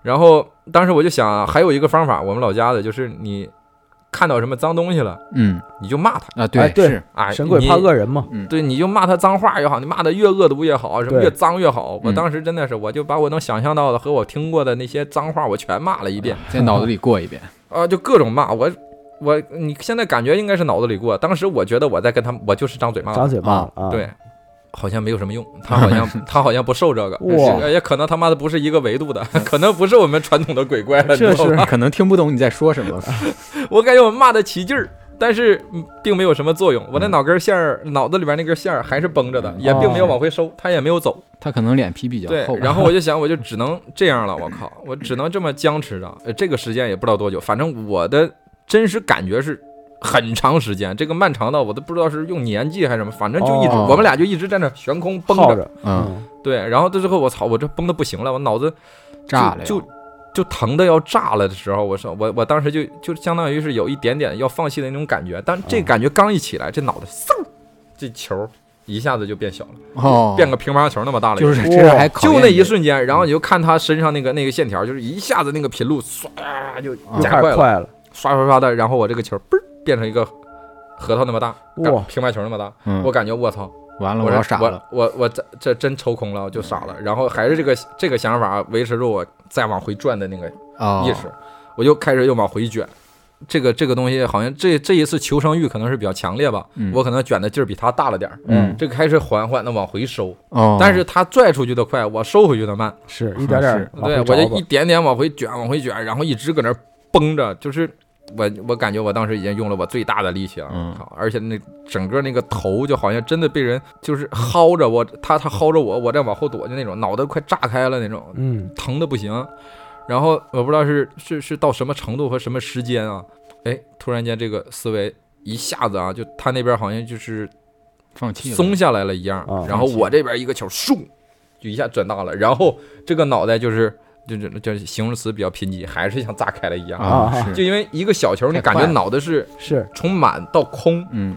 然后当时我就想啊，还有一个方法，我们老家的就是你看到什么脏东西了，嗯你就骂他，啊哎对对是哎，神鬼你怕恶人嘛，对，你就骂他脏话也好，你骂他越恶毒也好，什么对越脏越好。我嗯当时真的是，我就把我能想象到的和我听过的那些脏话，我全骂了一遍，在脑子里过 (laughs) 一遍，啊、就各种骂我。我你现在感觉应该是脑子里过，当时我觉得我在跟他们，我就是张嘴骂他张嘴骂了啊，对，好像没有什么用，他好 (laughs) 像他好像不受这个，哇是也哎可能他妈的不是一个维度的，可能不是我们传统的鬼怪了，这你知道是吗可能听不懂你在说什么，啊我感觉我骂的起劲儿。但是嗯并没有什么作用，嗯我那脑根线儿，脑子里边那根线儿还是绷着的，也并没哦有往回收，它也没有走。他可能脸皮比较对厚，，然后我就 (laughs) 想，我就只能这样了，我靠，我只能这么僵持着。呃这个时间也不知道多久，反正我的真实感觉是很长时间，这个漫长到我都不知道是用年纪还是什么，反正就一直、哦我们俩就一直在那悬空绷耗着，着，嗯嗯，对，然后到最后我操，我这崩的不行了，我脑子就炸了就就疼的要炸了的时候，我说我我当时就就相当于是有一点点要放弃的那种感觉，但哦这嗯感觉刚一起来，这脑袋嗖，这球一下子就变小了，哦，变个乒乓球那么大了已经，哦就是这还考验就那一你瞬间，然后你就看他身上那个那个线条，就是一下子那个频率唰就啊加开快始了，快了，刷刷刷的，然后我这个球嘣儿变成一个核桃那么大，哇乒乓球那么大，嗯我感觉我操。完了，我我说要傻了，嗯我我我这这真抽空了，我就傻了。然后还是这个这个想法维持住我再往回转的那个啊，意识，我就开始又往回卷。这个这个东西好像这这一次求生欲可能是比较强烈吧，嗯我可能卷的劲儿比他大了点儿。嗯这个开始缓缓的往回收，哦，但是他拽出去的快，我收回去的慢。是一点点儿嗯是往对，回我就找吧一点点往回卷，往回卷，然后一直搁那儿绷着，就是我我感觉我当时已经用了我最大的力气了，嗯靠而且那整个那个头就好像真的被人就是薅着我，他他薅着我，我再往后躲，就那种脑袋快炸开了那种，嗯，疼的不行。然后我不知道是是是到什么程度和什么时间啊，哎，突然间这个思维一下子啊，就他那边好像就是放弃了，松下来了一样啊，然后我这边一个球咻就一下转大了，然后这个脑袋就是就就就形容词比较贫瘠，还是像炸开了一样。啊，啊是就因为一个小球，你太快感了觉脑袋是是从满到空，嗯，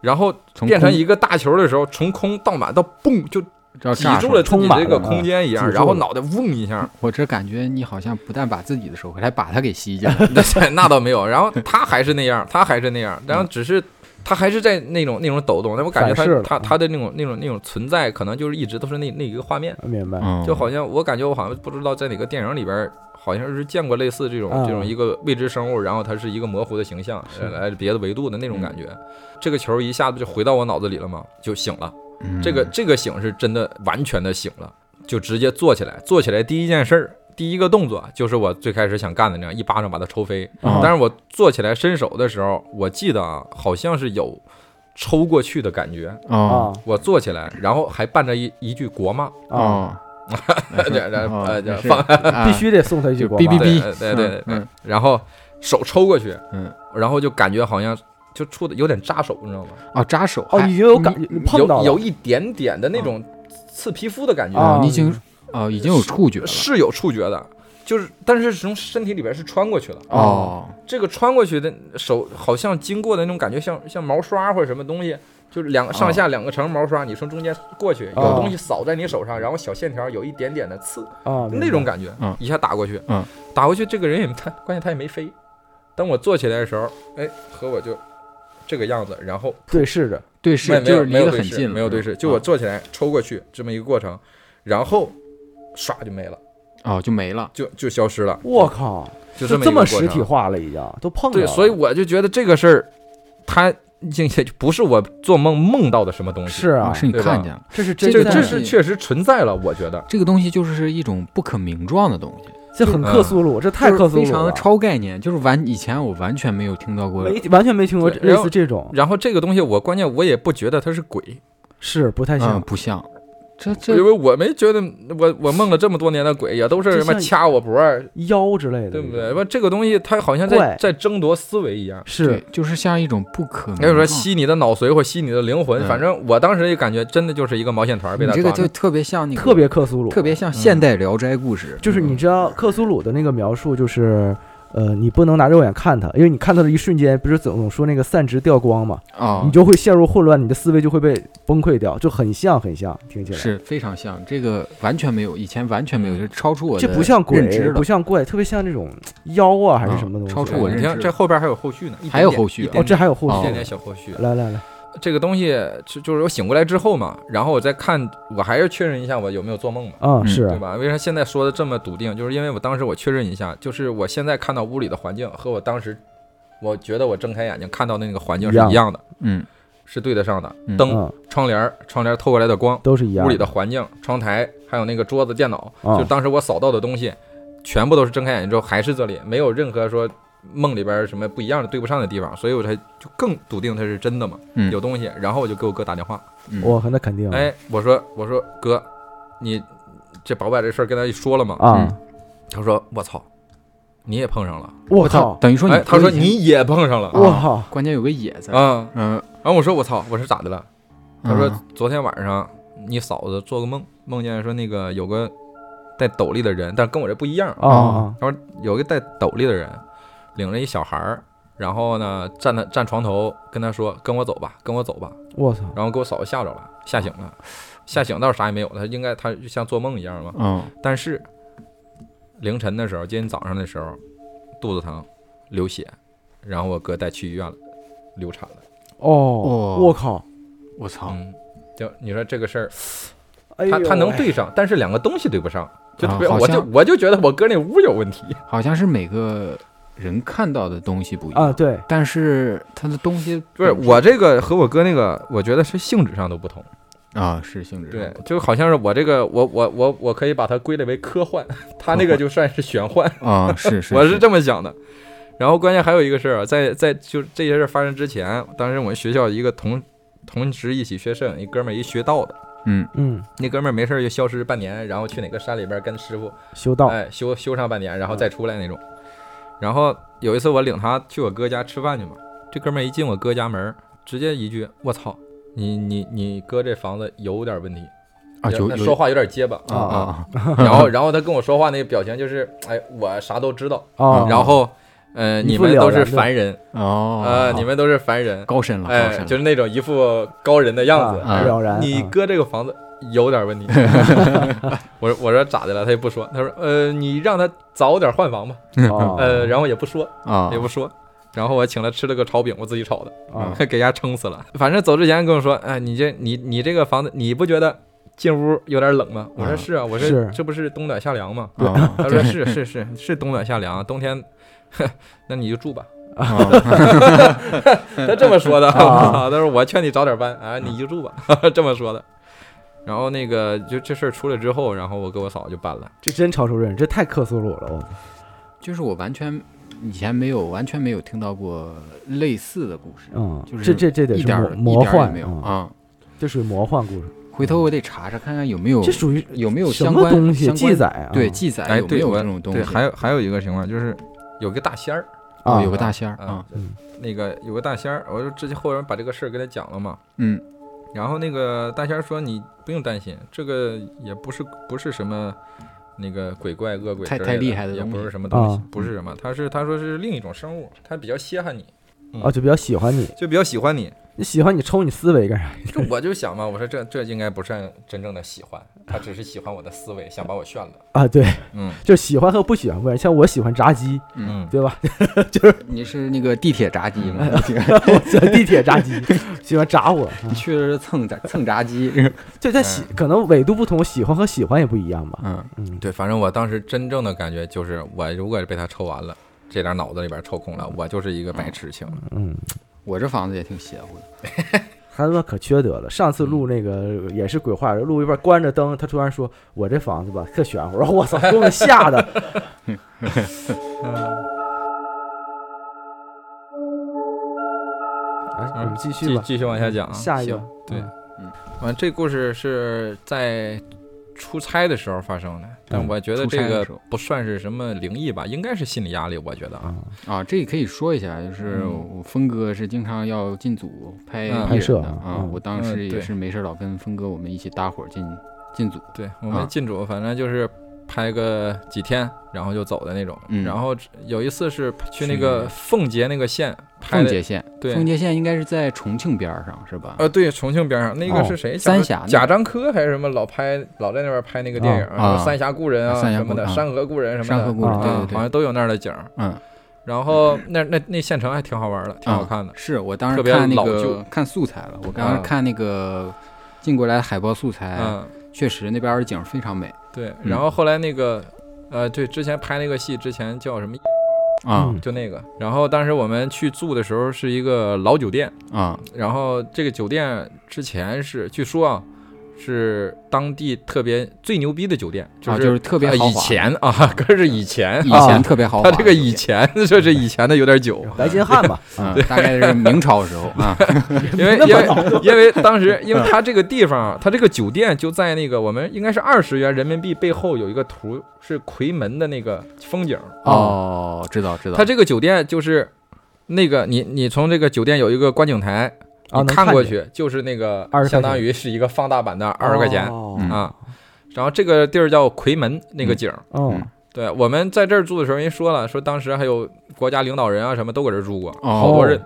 然后从变成空一个大球的时候，从空到满到蹦就要挤炸出住来了自己充满这个了啊空间一挤样，住然后了脑袋嗡一下， (laughs) 我这感觉你好像不但把自己的 (laughs) 收回来，还把它给吸进来。对，那倒没有。然后他还是那样，他还是那样，然后只是他还是在那种那种抖动，但我感觉反他噬了他嗯他的那种那种那种存在，可能就是一直都是那那一个画面，明白。啊嗯，就好像我感觉我好像不知道在哪个电影里边儿，好像是见过类似这种嗯这种一个未知生物，然后它是一个模糊的形象，啊是嗯呃来自别的维度的那种感觉。这个球一下子就回到我脑子里了嘛，就醒了。嗯这个这个醒是真的完全的醒了，就直接坐起来。坐起来第一件事儿，第一个动作就是我最开始想干的那样，一巴掌把他抽飞。哦但是我坐起来伸手的时候，我记得啊，好像是有抽过去的感觉。啊哦我坐起来，然后还伴着一一句国骂，啊， (laughs) 哦，这这哦呃这是放 (laughs) 啊必须得送他一句就国哔骂哔对逼呃对对对嗯嗯然后手抽过去，嗯，然后就感觉好像就触的有点扎手，你知道吗？哦扎手哦，还已经有感觉碰到嗯有了有一点点的那种刺皮肤的感觉，啊哦你已经哦已经有触觉了是有触觉的，就是但是从身体里边是穿过去了。哦这个穿过去的手好像经过的那种感觉像，像毛刷或者什么东西，就是两个上下两个层毛刷，你从中间过去，有哦东西扫在你手上，然后小线条有一点点的刺，啊那种感觉嗯，一下打过去嗯，打过去，这个人也他关键他也没飞。当我坐起来的时候，哎，和我就这个样子，然后对视着对没是没就有是离没有得对很视近了没有对视，哦就我坐起来抽过去这么一个过程，然后唰就没了，哦就没了就就消失了。我靠，就就么这这么实体化了，已经都碰到对，了。所以我就觉得这个事儿，它这也不是我做梦梦到的什么东西，是啊啊，是你对看吧见了这是嗯这真个个这在，是确实存在了，我觉得。这个东西就是一种不可名状的东西，这很克苏鲁，这太嗯就是克苏非鲁了常，超概念，就是完以前我完全没有听到过没完全没听过对然类后似这种，然后这个东西，我关键我也不觉得它是鬼，是不太嗯，像。不像，这这因为我没觉得我我梦了这么多年的鬼，也都是就什么像掐我脖儿，妖之类的，对不对？不，这个东西它好像在怪在争夺思维一嗯样，是对就是像一种不可名那就状。哎说吸你的脑髓或吸你的灵魂，嗯反正我当时也感觉真的就是一个毛线团儿被你他这个抓就着。特别像那个特别克苏鲁，特别像现代《聊斋故事》嗯就是你知道克苏鲁的那个描述，就是呃，你不能拿肉眼看它，因为你看它的一瞬间，不是总总说那个散值掉光嘛，啊，你就会陷入混乱，你的思维就会被崩溃掉，就很像很像，听起来是非常像，这个完全没有，以前完全嗯没有，就是超出我的这不像认知鬼，了不。像怪，特别像那种妖啊还是啊什么东西，超出我你认看知这后边还有后续呢，一点还有点后续一啊点哦，这点还有后一续点哦呢，点小后续。来来来，这个东西就就是我醒过来之后嘛，然后我再看，我还是确认一下我有没有做梦嘛，啊嗯是对吧？为啥现在说的这么笃定？就是因为我当时我确认一下，就是我现在看到屋里的环境和我当时我觉得我睁开眼睛看到的那个环境是一一样的，嗯，是对得上的。嗯灯、嗯，窗帘儿、窗帘儿透过来的光，都是一样屋里的嗯环境、窗台，还有那个桌子、电脑，啊就当时我扫到的东西，全部都是睁开眼睛之后还是这里，没有任何说梦里边儿什么不一样的、对不上的地方，所以我才就更笃定它是真的嘛，嗯有东西。然后我就给我哥打电话，嗯我和那肯定哎，我说我说哥，你这宝贝这事儿跟他一说了吗？啊，嗯他说我操，你也碰上了。我他靠，等于说你哎，他说已经你也碰上了啊我靠，关键有个野字，啊。嗯，然后我说我操，我说咋的了？他说嗯昨天晚上你嫂子做个梦，梦见说那个有个戴斗笠的人，但跟我这不一样。啊啊他说有个戴斗笠的人领着一小孩儿，然后呢站他站床头跟他说跟我走吧，跟我走吧。我操，然后给我嫂子吓着了，吓醒了，吓醒倒是啥也没有，他应该他就像做梦一样嘛。嗯，但是凌晨的时候，今天早上的时候，肚子疼，流血，然后我哥带去医院了，流产了。哦，我靠，我操，嗯，就你说这个事儿，哎他他呦能喂对上，但是两个东西对不上，就特别，啊好我就像我就觉得我哥那屋有问题。好像是每个人看到的东西不一样啊，，对，但是他的东西 (laughs) 不是本质我这个和我哥那个，我觉得是性质上都不同。啊，是性质对上，就好像是我这个，我我我我可以把它归类为科幻，他那个就算是玄幻。(laughs) 啊，是是，我是这么想的。然后关键还有一个事儿啊，在在就这些事儿发生之前，当时我们学校一个同同时一起学摄影一哥们儿，一学道的，嗯嗯，那哥们儿没事儿就消失半年，然后去哪个山里边儿跟师傅修道，哎修修上半年，嗯然后再出来那种。然后有一次我领他去我哥家吃饭去嘛，这哥们儿一进我哥家门儿，直接一句我操，你你你哥这房子有点问题啊有那有说话有点结 (laughs) 巴，啊啊然后然后他跟我说话那个表情就是哎我啥都知道。啊，嗯然后，呃，一你副们都了是然的凡人，啊哦，呃，你们都是凡人，高深了，高哎，深就了，是那种一副高人的样子。哦啊嗯哎了然你啊哥这个房子有点 (laughs) 问题。我说我说咋的了？他也不说，他说呃，你让他早点换房吧，哦呃，然后也不说，啊也不说，然后我请他吃了个炒饼，我自己炒的， (laughs) 啊，给家撑死了。反正走之前跟我说，哎，你这你你这个房子，你不觉得进屋有点冷吗？我说啊是啊，我说是这不是冬暖夏凉吗？啊， (laughs) 他说是是是是冬暖夏凉，冬天，哼那你就住吧。 (laughs) 啊他这么说的，啊嗯他说我劝你早点搬啊，你就住吧， (laughs) 这么说的。然后那个就这事儿出来之后，然后我跟我嫂就搬了。这真超出认识，这太克苏鲁了，我操就是我完全以前没有完全没有听到过类似的故事，嗯就，这是这这得一是点魔儿一魔点儿也幻没有嗯啊。这属于魔幻故事，回头我得查查看看有没有这属于有没有什相么关东西相关记载啊？对记载哎有没有对我这种东西？对，还有还有一个情况就是，有个大仙儿，哦啊，有个大仙儿啊啊，嗯那个有个大仙儿，我就之前后人把这个事儿跟他讲了嘛。嗯然后那个大仙儿说：“你不用担心，这个也不是不是什么那个鬼怪恶鬼太之太类厉害的的，也东不西是什么东西啊，不是什么，他是他说是另一种生物，他比较稀罕你，啊，就比较喜欢你，就比较喜欢你。你喜欢你抽你思维干啥？这我就想嘛，我说这这应该不是真正的喜欢，他只是喜欢我的思维，想把我炫了。啊，对，嗯就喜欢和不喜欢不一样，像我喜欢炸鸡， (laughs) 嗯，对吧？你是那个地铁炸鸡 (laughs) 吗？我喜欢地铁炸鸡， (laughs) 喜欢炸我，啊你去的是蹭炸蹭炸鸡， (laughs) 就在喜可能纬度不同，喜欢和喜欢也不一样吧。嗯，嗯，对，反正我当时真正的感觉就是，我如果被他抽完了，这点脑子里边抽空了，我就是一个白痴情了。嗯，我这房子也挺邪乎的，他他妈可缺德了。上次录那个也是鬼话，录一半关着灯，他突然说：“我这房子吧特玄乎。”然后我操，给我们吓的。 (laughs) 哎，我们继续继吧，继续往下讲啊，下一个行对嗯，完这故事是在出差的时候发生的，但嗯我觉得出差这的个时候不算是什么灵异吧，应该是心理压力，我觉得啊。啊，啊，这可以说一下，就是嗯我峰哥是经常要进组拍嗯艺拍摄人的啊，嗯我当嗯时也对是没事儿老跟峰哥我们一起搭伙儿进进组，对我啊们进组，反正就是拍个几天，然后就走的那种。嗯然后有一次是去那去个奉节那个县拍奉的，节县，对奉节县应该是在重庆边儿上是吧？呃，对，重庆边上那个哦是谁？三贾峡那贾樟柯还是什么？老拍老在那边拍那个电影，啊什么三峡故人啊啊三峡什么故的，人啊山河故人什么的，山河故人，啊对对好对，像都有那儿的景儿。嗯，然 (laughs) 后那那那县城还挺好玩的，啊挺好看的。是我当嗯时特别看那老个旧看素材了，我当时啊看那个进过来的海报素材，嗯，确实那边儿的景儿非常美对。嗯然后后来那个，呃，对，之前拍那个戏之前叫什么？啊嗯就那个。然后当时我们去住的时候是一个老酒店。 (laughs) 啊然后这个酒店之前是据说啊，是当地特别最牛逼的酒店，啊，是、就是特别呃豪以华，前啊， (laughs) 可是以前，以啊前哦特别豪华他的酒店，这个以前就是以前的有点久，白金汉吧，嗯，大概是明朝时候 (laughs) 啊，因为因为因为当 (laughs) 时因为他这个地方啊，他这个酒店就在那个我们应该是二十元人民币背后有一个图是夔门的那个风景，哦，知道知道，他这个酒店就是那个你你从这个酒店有一个观景台。你啊能看看过见去就是那个20块，钱相当于是一个放大版的二十块钱，哦嗯啊。然后这个地儿叫夔门那个景儿，哦嗯对我们在这儿住的时候，人家说了，说当时还有国家领导人啊什么都搁这儿住过，哦好多人。嗯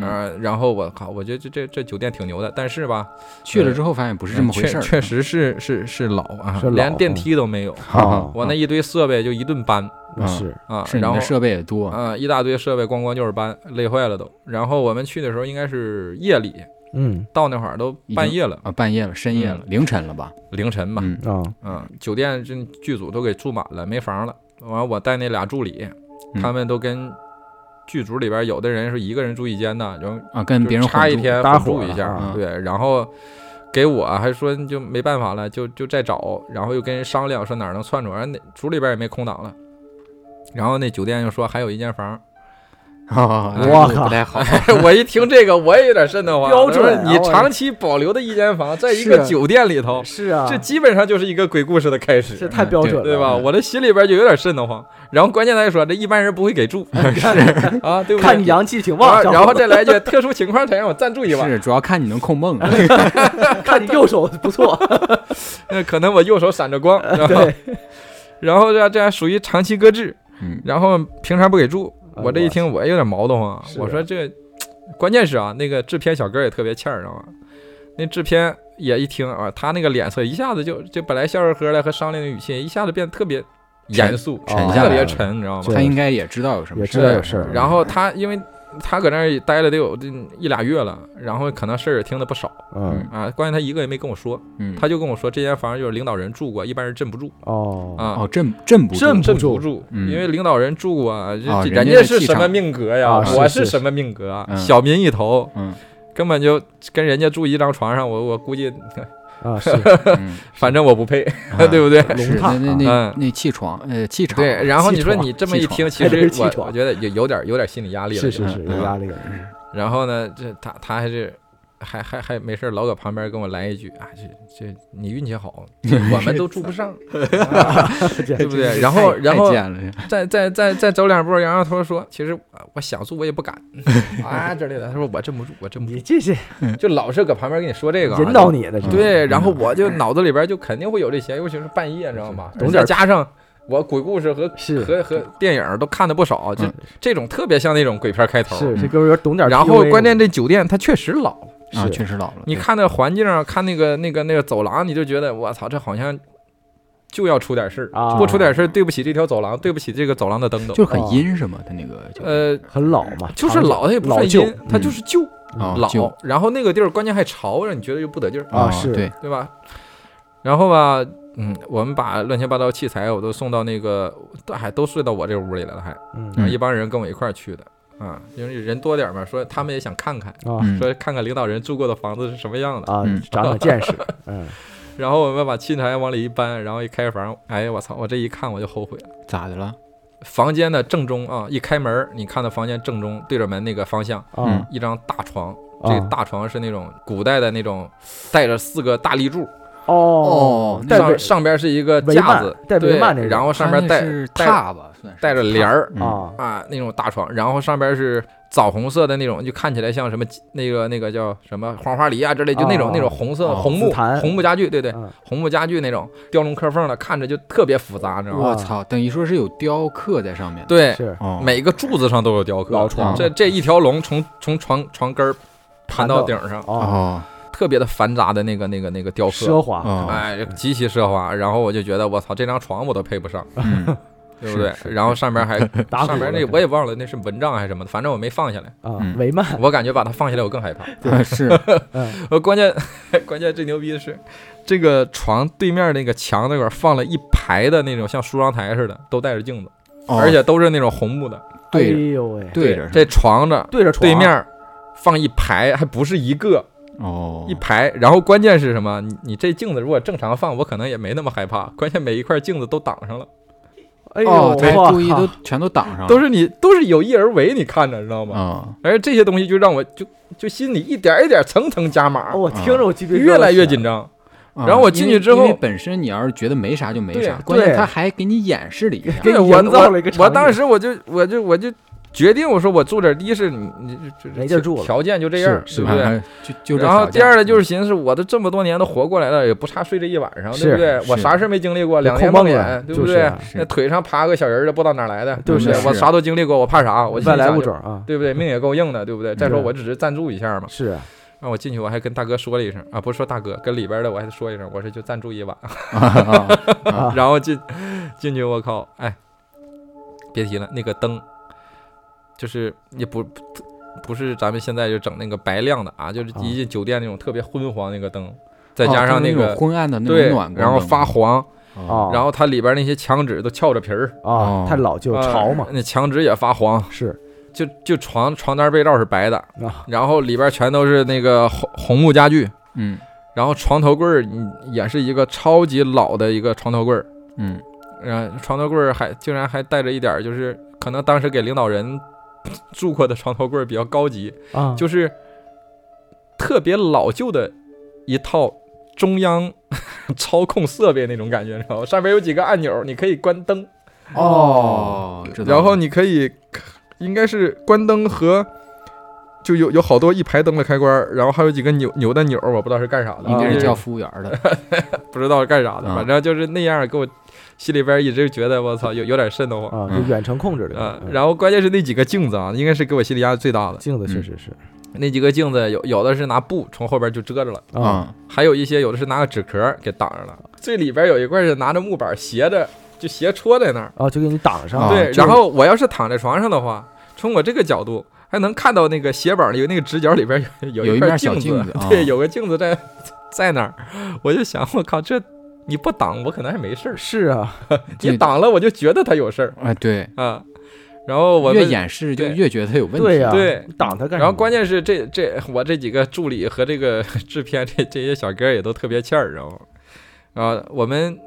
啊，然后我靠，我觉得这这这酒店挺牛的，但是吧，嗯去了之后发现不是这么回事确儿，嗯确实是是是老啊，是老连电梯都没有，哦我那一堆设备就一顿搬那哦是啊，啊是你然后的设备也多啊一大堆设备咣咣就是搬，累坏了都。然后我们去的时候应该是夜里，嗯到那会儿都已经半夜了，啊，半夜了，深夜了，凌晨了吧？凌晨嘛，嗯啊嗯，酒店这剧组都给住满了，没房了。完，我带那俩助理，嗯他们都跟剧组里边有的人是一个人住一间的，然后啊，跟就别人插混一 (laughs) 住天搭混住伙一了下，啊对，然后给我还说就没办法了，就就再找，然后又跟人商量说哪儿能窜出来，那组里边也没空档了。然后那酒店又说还有一间房， (laughs) 啊，我不靠太好，我一听这个我也有点瘆得慌。标准啊我说你我长期保留的一间房，在一是个啊酒店里头，是啊，这基本上就是一个鬼故事的开始。这太标准了，对吧？嗯我的心里边就有点瘆得慌。然后关键来说，这一般人不会给 (laughs) 住啊，对不对？看你阳气挺啊旺，然后再来一句特殊情况才让我暂住一 (laughs) 晚。是主要看你能 (laughs) 控梦，啊看你右手不错，那可能我右手闪着光，然后对，然后这这样属于长期搁置，嗯然后平常不给住。啊我这一听我也有点毛得慌啊，是啊我说这关键是啊，那个制片小哥也特别欠儿，知道吗？那制片也一听啊，他那个脸色一下子就就本来笑呵呵的和商量的语气，一下子变得特别严肃，沉下来特别了沉，你知道吗？对他应该也知道有什么也事知儿，嗯道有事儿然后他因为他搁那儿待了得有这一俩月了，然后可能事儿也听的不少 (laughs) 嗯，啊。关键他一个也没跟我说，嗯，他就跟我说这间房就是领导人住过，一般人镇不住哦，啊。哦，镇镇不住镇镇住不住，嗯因为领导人住啊，这啊这人家家的是气什么场命格呀？啊是我是是什么命格啊？嗯小民一头，嗯根本就跟人家住一张床上，我我估计， (laughs) 啊是，嗯，反正我不配，(laughs) 啊对不对？是龙那套那啊那那气床，呃，气场，对，然后气你说喘你这么一气喘听，其还得实是气我喘我觉得有有点有点心理压力了。是就是是，嗯有压力了，然后呢，这他他还是还还还没事儿老搁旁边跟我来一句啊，这这你运气好，我们都住不 (laughs) 上，啊对不对？然后太然后太贱了再再再再走两步，杨洋头说，其实我我想住我也不 (laughs) 敢啊之类的。他说我镇不住，我镇不你住，这是就老是搁旁边跟你说这个啊，引导你的，嗯对，然后我就脑子里边就肯定会有这些，尤其是半夜，你知道吗？嗯懂而点且儿加上我鬼故事和是和和电影都看的不少，就嗯这种特别像那种鬼片开头。是这哥们儿有点懂点儿 PUA 然了，后关键这酒店它确实老，这啊，是确实老了。你对，看那环境啊，看那个那个那个走廊，你就觉得我操，这好像就要出点事儿，啊不出点事儿，对不起这条走廊，对不起这个走廊的灯都。就很阴是吗？他那个就呃，很老嘛，就是长久老，它也不老算旧阴，它就是旧啊老就。哦然后那个地儿关键还潮，让你觉得又不得劲儿。啊是对，对吧？然后吧，嗯，我们把乱七八糟器材我都送到那个，都还都睡到我这屋里来了，还然嗯后一帮人跟我一块儿去的啊，因为人多点儿嘛，说他们也想看看，啊嗯说看看领导人住过的房子是什么样的。啊嗯，长长见识，嗯，然后我们把器材往里一搬，然后一开房，哎呀，我操，我这一看我就后悔了。咋的了？房间的正中啊，一开门儿，你看到房间正中对着门那个方向，啊一张大床，啊这大床是那种古代的那种，带着四个大立柱，哦哦，带上围上边是一个帷架幔子，带帷对幔那种然后上面他那带是带榻吧，算是带着帘榻儿嗯啊啊，那种大床，然后上边是枣红色的那种，就看起来像什么那个那个叫什么黄花梨啊之类，就那种哦那种红色哦红木紫檀红木家具，对对，嗯红木家具那种雕龙刻凤的，看着就特别复杂，你知道吗？我操，等于说是有雕刻在上面的。对，是哦，每个柱子上都有雕刻，老床这这一条龙从从床床根儿盘到顶上，哦，哦特别的繁杂的那个那个那个雕刻，奢华，哦，哎，极其奢华。然后我就觉得我操，这张床我都配不上。嗯 (laughs) 对不对 (laughs) 是？是然后上边还打上鼓边那我也忘了那是蚊帐还是什么的，反正我没放下来。啊嗯帷幔， (laughs) 我感觉把它放下来我更害怕。啊是嗯呃，关键 (laughs) 关键最牛逼的是，这个床对面那个墙那块儿放了一排的那种像梳妆台似的，都带着镜子，哦而且都是那种红木的。哎对着呦喂，对着是这床着对着床对面儿放一排，还不是一个哦一排。然后关键是什么？你你这镜子如果正常放，我可能也没那么害怕。关键每一块镜子都挡上了，哎呦，哦，他哇故意都靠全都挡上了，都是你都是有意而为，你看着知道吗？啊而这些东西就让我就就心里一点一点层层加码哦，，我听着我鸡皮疙瘩越来越起紧张。啊然后我因进为去之后因为本身你要是觉得没啥就没啥，对关键对他还给你演示了一下，对给你我营造了一个我我场景当时我就我就我就决定我说我住这儿，第一是你你这这没地儿住了条件就 (laughs) 这样，是对是不对？啊就就这然后条第件二呢，就是寻思，我都这么多年都活过来了，也不差睡这一晚上，对不是对？我是啥事儿没经历过，来两空天梦梦魇，了对就不是对？啊那腿上爬个小人儿的，不知道哪儿来的，就是对不对我是啥都经历过，我怕啥？我心外里来想物就种啊，对不对？命也够硬的，对不对？再说对我只是暂住一下嘛。是啊让我进去，我还跟大哥说了一声啊，不是说大哥，跟里边的我还说一声，我说就暂住一晚，啊 (laughs) 啊然后进进去，我靠，哎，别提了，那个灯就是也不不是咱们现在就整那个白亮的啊，就是啊一进酒店那种特别昏黄那个灯， (laughs) 再加上那个、种昏暗哦的那对种暖，光然后发啊黄，哦哦然后它里边那些墙纸都翘着皮儿，啊，太老旧呃潮嘛，那墙纸也发黄，是就就床床单被罩是白的，啊然后里边全都是那个红红木家具。嗯然后床头柜儿嗯也是一个超级老的一个床头柜儿，嗯然后床头柜儿还竟然还带着一点儿，就是可能当时给领导人住过的床头柜儿比较高级，啊，就是特别老旧的一套中央 (laughs) 操控设备那种感觉，然后上边有几个按钮，你可以关灯，哦，知道然后了你可以应该是关灯和。就有有好多一排灯的开关儿，然后还有几个扭扭的钮儿，我不知道是干啥的，应该就是叫服务员的， (laughs) 不知道是干啥的，啊反正就是那样，给我心里边一直觉得我操，有有点瘆得慌。啊，嗯就远程控制的啊，嗯然后关键是那几个镜子啊，应该是给我心理压力最大的。镜子确嗯实是啊那几个镜子有有的是拿布从后边就遮着了，啊，啊还有一些有的是拿个纸壳给挡着了。啊最里边有一块是拿着木板斜着，就斜戳在那儿。啊，就给你挡上啊了，对，就是然后我要是躺在床上的话，从我这个角度，还能看到那个斜板儿里有那个直角里边有有一一块面小镜镜子啊对，有个镜子在在那儿，我就想我靠，这你不挡我可能还没事儿，是啊，你挡了我就觉得他有事儿哎，对，啊。然后我越们掩饰就对越觉得他有问题。对呀、对你挡他干什么？然后关键是这这我这几个助理和这个 (laughs) 制片这这些小哥也都特别欠儿，然后啊我们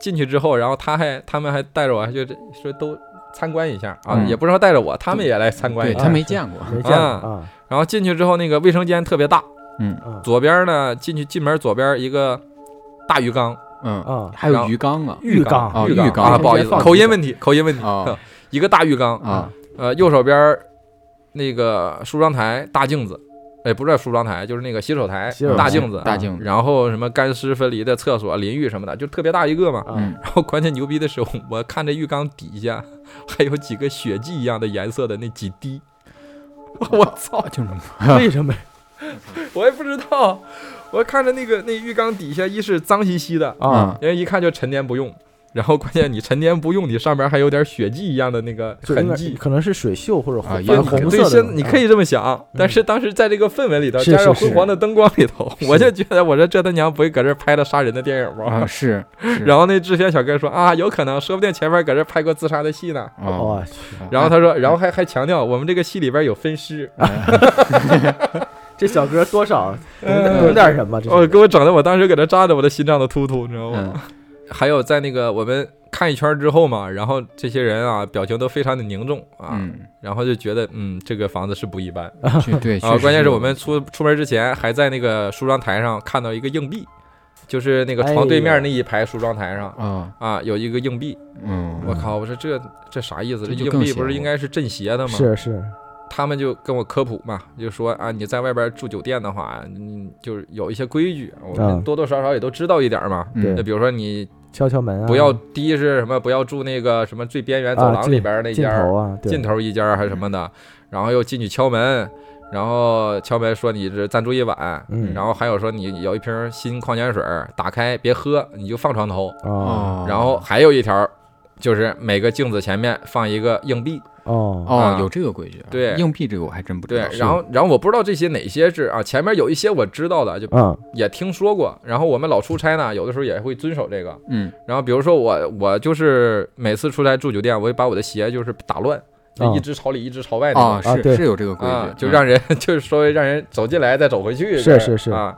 进去之后，然后他还他们还带着我，就这说都参观一下啊，嗯也不是说带着我，他们也来参观对一下。他没见过，没见过啊啊然后进去之后，那个卫生间特别大，嗯啊左边呢进去进门左边一个大鱼缸嗯，啊！还有鱼缸啊，浴缸缸啊浴缸啊，不好意思，放口音问题，口音问题，哦 (laughs) 一个大浴缸啊，呃，右手边儿那个梳妆台大镜子，哎，不是梳妆台，就是那个洗手台洗手台大镜子，啊大镜子，然后什么干湿分离的厕所、淋浴什么的，就特别大一个嘛。啊嗯，然后关键牛逼的是， (laughs) 我看这浴缸底下还有几个血迹一样的颜色的那几滴，我操！就是为 (laughs) 什么？我也不知道，我看着那个那浴缸底下，一是脏兮兮的，嗯啊，因为一看就陈年不用。然后关键你陈年不用，你上边还有点血迹一样的那个就应痕该迹，可能是水锈或者啊红也有反可能红对，色的现东西。你可以这么想，但是当时在这个氛围里头，是加上是是昏黄的灯光里头，是我就觉得我说这他娘不会搁这儿拍了杀人的电影吧啊？是，是然后那制片小哥说啊，有可能，说不定前面搁这儿拍过自杀的戏呢。啊哦，哦，去然后他 (laughs) 说，然后还还强调我们这个戏里边有分尸，这小哥多少嗯懂懂点什么？这 (laughs) 哦，是给我整的，我当时搁这站着，我的心脏都突突，你知道吗？嗯还有在那个我们看一圈之后嘛，然后这些人啊，表情都非常的凝重啊，嗯，然后就觉得嗯，这个房子是不一般。去对，确啊，实关键是我们出出门之前还在那个梳妆台上看到一个硬币，就是那个床对哎面那一排梳妆台上、啊，啊有一个硬币。嗯，我靠，我说这这啥意思？这这就硬更币邪不是乎应该是镇邪的吗？是是他们就跟我科普嘛，就说啊，你在外边住酒店的话，嗯，就是有一些规矩，我们嗯多多少少也都知道一点儿嘛。嗯，对那比如说你敲敲门啊，不要第一是什么，不要住那个什么最边缘走啊廊尽里边那尽家儿，头啊，对尽头一家还是什么的，然后又进去敲门，然后敲门说你这暂住一晚，嗯然后还有说你有一瓶新矿泉水，打开别喝，你就放床头，哦哦，然后还有一条。就是每个镜子前面放一个硬币，哦哦啊，有这个规矩啊，对硬币这个我还真不知对道，，然后然后我不知道这些哪些是啊，前面有一些我知道的，就哦嗯也听说过，然后我们老出差呢，有的时候也会遵守这个，嗯，然后比如说我我就是每次出差住酒店，我会把我的鞋就是打乱，就哦一只朝里一只朝外那种，哦，啊是对是有这个规啊矩，，就嗯让人 (laughs) 就是稍微让人走进来再走回去，是这样是是啊。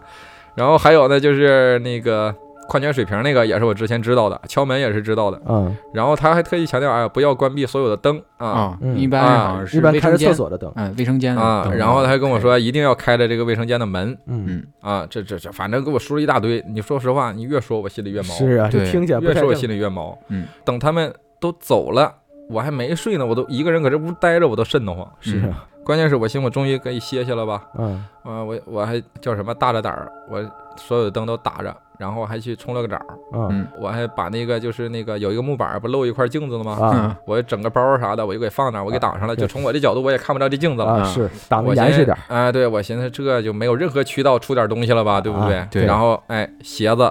然后还有呢，就是那个矿泉水瓶那个也是我之前知道的，敲门也是知道的。嗯，然后他还特意强调，哎，不要关闭所有的灯啊啊，嗯一般啊好像是一般卫开着生厕间，所的灯，嗯，卫生间的啊。灯然后他还跟我说，一定要开着这个卫生间的门嗯，啊。这这这，反正给我说了一大堆。你说实话，你越说我心里越毛，是啊，就对听起来不越太说我正心里越毛。嗯，等他们都走了，我还没睡呢，我都一个人搁这屋待着，我都瘆得慌。嗯是啊，关键是我寻思，我终于可以歇歇了吧。嗯啊，我我还叫什么大着胆儿，我所有的灯都打着，然后还去冲了个澡儿，嗯我还把那个就是那个有一个木板儿不露一块镜子了吗？啊嗯，我整个包儿啥的我就给放那儿，我给挡上了，就对从我这角度我也看不着这镜子了。啊，是挡我得寻严思实点儿，哎，对我寻思这就没有任何渠道出点东西了吧，对不对？啊对然后哎，鞋子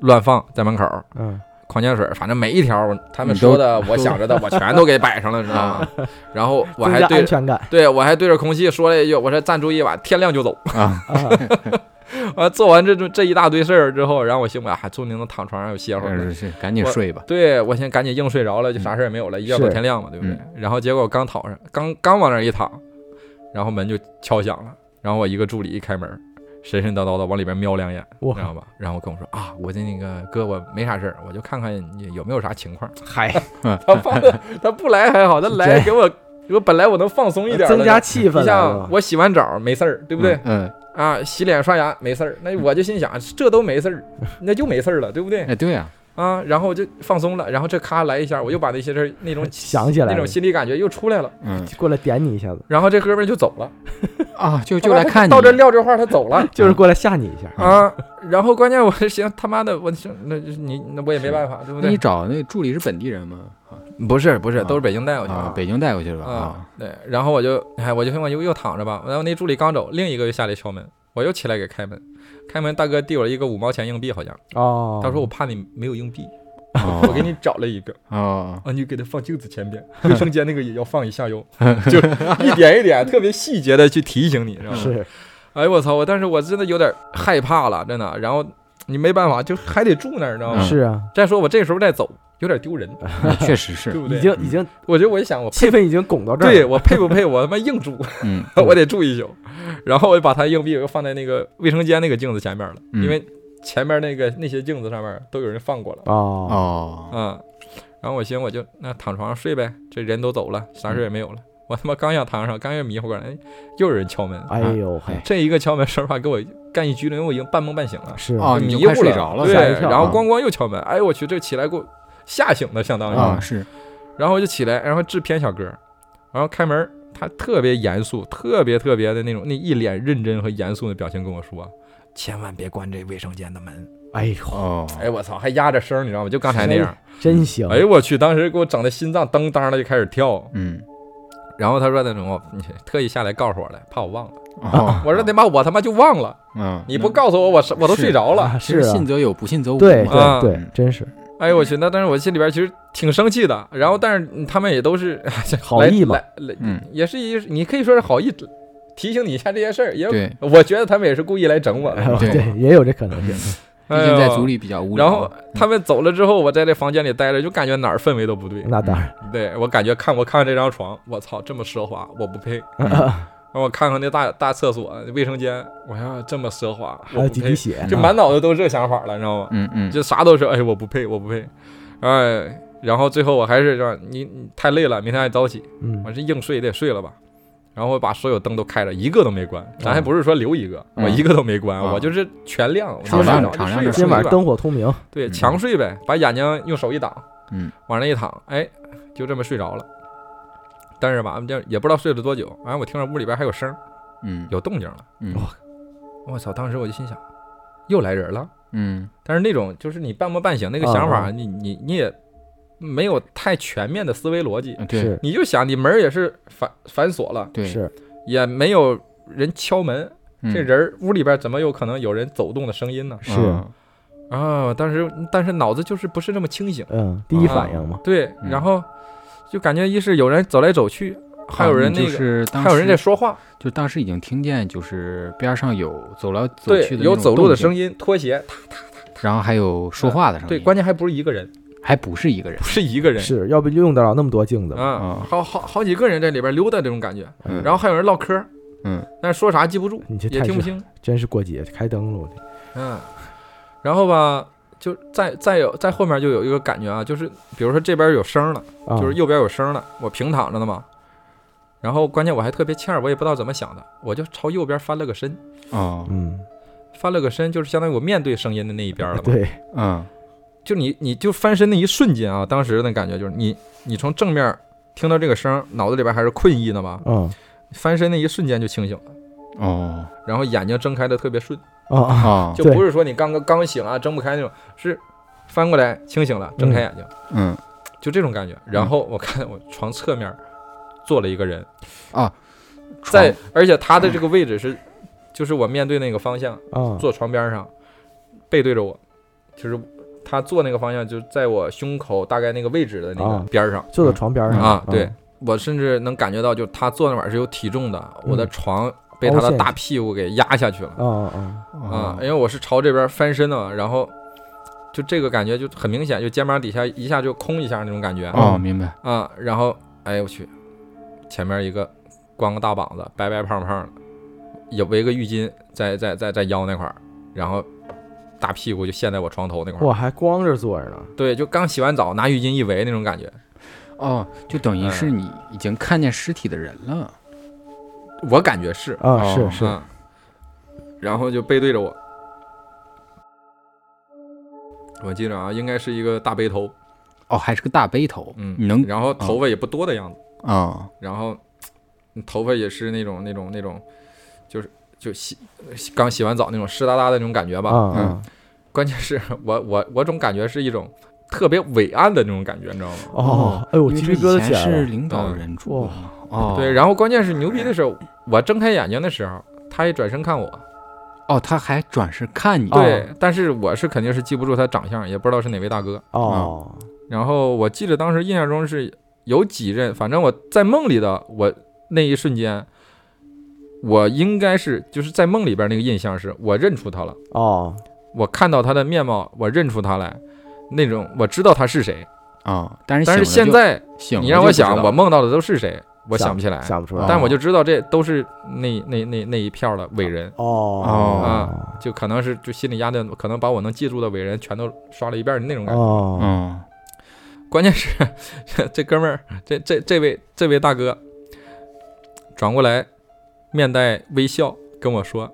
乱放在门口儿，嗯矿泉水儿，反正每一条儿他们你都说的我想着的，我全都给摆上了，知道吗？然 (laughs) 后我啊增还加对安全感对我还对着空气说了一句，我说暂住一晚，天亮就走。啊，啊，啊，做完这种这一大堆事儿之后，然后我心想，哎，终于能躺床上又歇会哎儿了。是是，赶紧我睡吧，对我先赶紧硬睡着了，就啥事儿也没有了，一觉到是嗯天亮嘛，对不对？然后结果我刚躺上，刚刚往那儿一躺，然后门就敲响了，然后我一个助理一开门，神神叨叨的往里边瞄两眼，我知道吧？然后跟我说啊，我的那个哥，我没啥事儿，我就看看你有没有啥情况。 (laughs) (laughs) 嗨，他放的他不来还好，他来这给我，我本来我能放松一点儿的，增加气氛你了像是吧，我洗完澡没事儿，对对不对？嗯，啊，洗脸刷牙没事儿，那我就心想这都没事儿，那就没事儿了，对不对哎，对呀，啊？然后我就放松了，然后这咔来一下，我又把那些事儿 (laughs) 那种想起来那了种，心理感觉又出来了， (laughs) 嗯过来点你一下子，然后这哥们儿就走了，啊，就就来看你，到这撂这话，他走了就是过来吓你一下， (laughs) 啊。然后关键我是想他妈的，我想那你那我也没办法，对不那你对？找那助理是本地人吗？不是不是，啊都是北京带过去啊，的。北京带过去了啊啊，，对，然后我就，哎，我就我就又躺着吧，然后那助理刚走，另一个又下来敲门，我又起来给开门，开门大哥递我一个五毛钱硬币，好像哦，他说我怕你没有硬币，哦我给你找了一个哦，啊，你给它放镜子前边，卫生间那个也要放一下哟，就一点一点特别细节的去提醒你，知 (laughs) 道吗？是哎呦我操！我但是我真的有点害怕了，真的。然后你没办法，就还得住那儿，你知道吗？嗯是啊，再说我这时候再走，有点丢人，确实对是，不对？已经已经我觉得我一想，我气氛已经拱到这对儿了，我配不配？我他妈硬 (laughs) 住，嗯，我得住一宿。然后我就把它硬币又放在那个卫生间那个镜子前面了，嗯因为前面那个那些镜子上面都有人放过了哦，哦，啊、嗯。然后我寻思我就那躺床上睡呗，这人都走了，啥事儿也没有了。我他妈刚想躺上，刚要迷糊过来，哎又有人敲门。哎呦嘿，这一个敲门手法给我干一激灵，我已经半梦半醒了。是啊哦，你迷就糊快睡着了，对，吓一跳然后啊咣咣又敲门，哎呦我去，这起来给我吓醒了，相当于，啊，是，然后我就起来，然后制片小哥，然后开门，他特别严肃，特别特别的那种，那一脸认真和严肃的表情跟我说。千万别关这卫生间的门！哎呦，哦，哎，我操，还压着声，你知道吗？就刚才那样。真行，哎呦我去，当时给我整的心脏噔当的就开始跳。嗯，然后他说：“那种，我你特意下来告诉我来，怕我忘了。”哦，啊我说：“他妈，我他妈就忘了！嗯，你不告诉我，我是我都是睡着了。 (laughs) 啊其实是啊信则嗯有，不信则无嘛，对啊对对，真是哎呦我去，那但是我心里边其实挺生气的。然后，但是嗯他们也都是好意嘛来，来来嗯也是一，你可以说是好意提醒你一下这些事儿。也有对，我觉得他们也是故意来整 (laughs) 我的。对对，也有这可能性，哎毕呦竟在组。里比较无聊。嗯然后他们走了之后，我在这房间里待着，就感觉哪儿氛围都不对。嗯那当然， (laughs) 对我感觉看我看看这张床，我操，这么奢华，我不 (laughs) 配。让我看看那大大厕所、卫生间，我要这么奢华，还我有不集体配。血，就满脑子都是这想法了，你知道吗？嗯嗯，就啥都是，哎，我不配，我不配，哎，然后最后我还是让你你太累了，明天还早起，嗯我，这硬睡也得睡了吧。然后我把所有灯都开着，一个都没关，咱还不是说留一个，嗯我一个都没关，嗯我就是全亮，我就敞亮睡着敞就睡吧亮着今晚睡吧灯火通明，对嗯强睡呗，把眼睛用手一挡，嗯，往那一躺，哎，就这么睡着了。但是吧，这也不知道睡了多久，完、我听着屋里边还有声儿，嗯有动静了，嗯我操！当时我就心想，又来人了。嗯但是那种就是你半梦半醒那个想法，啊啊你你你也没有太全面的思维逻辑，嗯，对，是你就想你门儿也是反反锁了，对，是，也没有人敲门，嗯这人儿屋里边怎么有可能有人走动的声音呢？是嗯啊，当时但是脑子就是不是那么清醒，嗯，第一啊反应嘛，对，嗯然后就感觉一是有人走来走去，还有人啊那你就个。是当时还有人在，说话，就当时已经听见，就是边上有走来走对去，的，有走路的声音，音，拖鞋，然后还有说话的声音，对，关键还不是一个人，还不是一个人不，是一个人，是要不就用得了那么多镜子嘛，啊啊，好好好几个人在里边溜达，这种感觉，嗯然后还有人唠嗑，嗯，但是说啥记不住，你这也太听不是清，真是过节开灯了，我的嗯，然后吧，就再再有在后面就有一个感觉啊，就是比如说这边有声了，啊，就是右边有声了，我平躺着呢嘛，然后关键我还特别欠儿，我也不知道怎么想的，我就朝右边翻了个身，哦，嗯，翻了个身就是相当于我面对声音的那一边了嘛，对，嗯就你你就翻身那一瞬间啊，当时的感觉就是你你从正面听到这个声，脑子里边还是困意的嘛，嗯，翻身那一瞬间就清醒了，哦然后眼睛睁开的特别顺。啊啊，哦，就对不是说你刚刚刚醒啊，睁不开那种，是翻过来清醒了，睁开眼睛，嗯就这种感觉。然后我看我床侧面坐了一个人，在在而且他的这个位置是，就是我面对那个方向，啊，坐床边上，背对着我，就是他坐那个方向就在我胸口大概那个位置的那个啊边上坐在床边上嗯啊，对，我甚至能感觉到，就他坐那玩意儿是有体重的，我的嗯床被他凹的陷大屁股给压下去了。啊啊啊啊，因为我是朝这边翻身的嘛，然后就这个感觉就很明显，就肩膀底下一下就空一下那种感觉哦，明白，啊，然后哎我去，前面一个光个大膀子，白白胖胖的，也围个浴巾在在在在腰那块儿，然后大屁股就陷在我床头那块我儿，还光着坐着呢，对，就刚洗完澡拿浴巾一围那种感觉，哦，就等嗯于是你已经看见尸体的人了，我感觉是啊，哦是是，啊，然后就背对着我。我记着啊，应该是一个大背头，哦，还是个大背头，嗯，你能然后头发也不多的样子，啊哎然后嗯头发也是那种那种那种，就是就洗刚洗完澡那种湿哒哒的那种感觉啊吧。啊，关键是我我我总感觉是一种特别伟岸的那种感觉，你知道吗？嗯哦，哎呦，因为鸡这皮以疙瘩前起来是了，领导人住的嘛，哦，对，然后关键是牛逼的是，我睁开眼睛的时候，他一转身看我，哦，他还转身看你，对，但是我是肯定是记不住他长相，也不知道是哪位大哥。哦，然后我记得当时印象中是有几任，反正我在梦里的我那一瞬间，我应该是就是在梦里边那个印象是我认出他了，哦，我看到他的面貌，我认出他来，那种我知道他是谁。啊，但是但是醒了现就在醒了你让我就不知道想，我梦到的都是谁，我想想不起来。想不出哦来，哎但我就知道这都是那那那那一票的伟人，嗯哦就可能是就心理压力，可能把我能记住的伟人全都刷了一遍儿那种感觉。哦嗯关键是 (laughs) 这哥们儿，这这这位这位大哥转过来，面带微笑跟我说，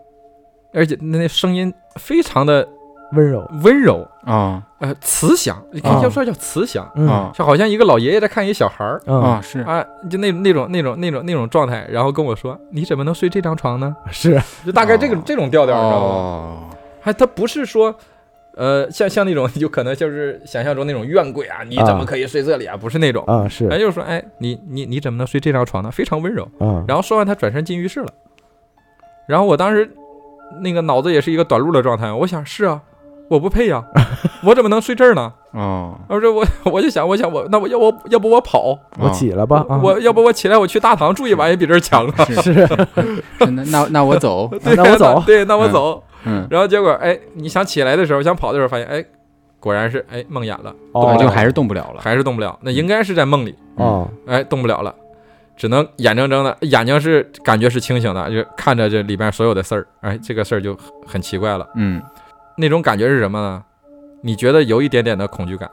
而且那那声音非常的温柔，温柔，啊呃，慈祥，哦要说叫慈祥，嗯啊就好像一个老爷爷在看一小孩儿。嗯啊是啊，就那那种那种那种那种状态，然后跟我说：“你怎么能睡这张床呢是？”就大概这种、哦这种调调，你知道吗？哦还他不是说，呃，像像那种 (laughs) 有可能就是想象中那种怨鬼啊，你怎么可以睡这里啊？不是那种，啊是人就是说，哎，你你你怎么能睡这张床呢？非常温柔。嗯然后说完，他转身进浴室了。然后我当时那个脑子也是一个短路的状态，我想是啊，我不配呀、我怎么能睡这儿呢？哦，我说我 (laughs) 我就想，我想我那我要我要不我跑，哦我起了吧啊我要不我起来我去大堂住一晚也比这儿强啊。啊是是是那那那我走，对那我走对，那我走。嗯，然后结果哎，你想起来的时候，想跑的时候，发现哎，果然是哎梦魇了， (laughs) 哦我就还是动不了了，还是动不了。那应该是在梦里。哦哎，动不了了，只能眼睁睁的，眼睛是感觉是清醒的，就看着这里边所有的事儿。哎，这个事儿就很很奇怪了，嗯，那种感觉是什么呢？你觉得有一点点的恐惧感，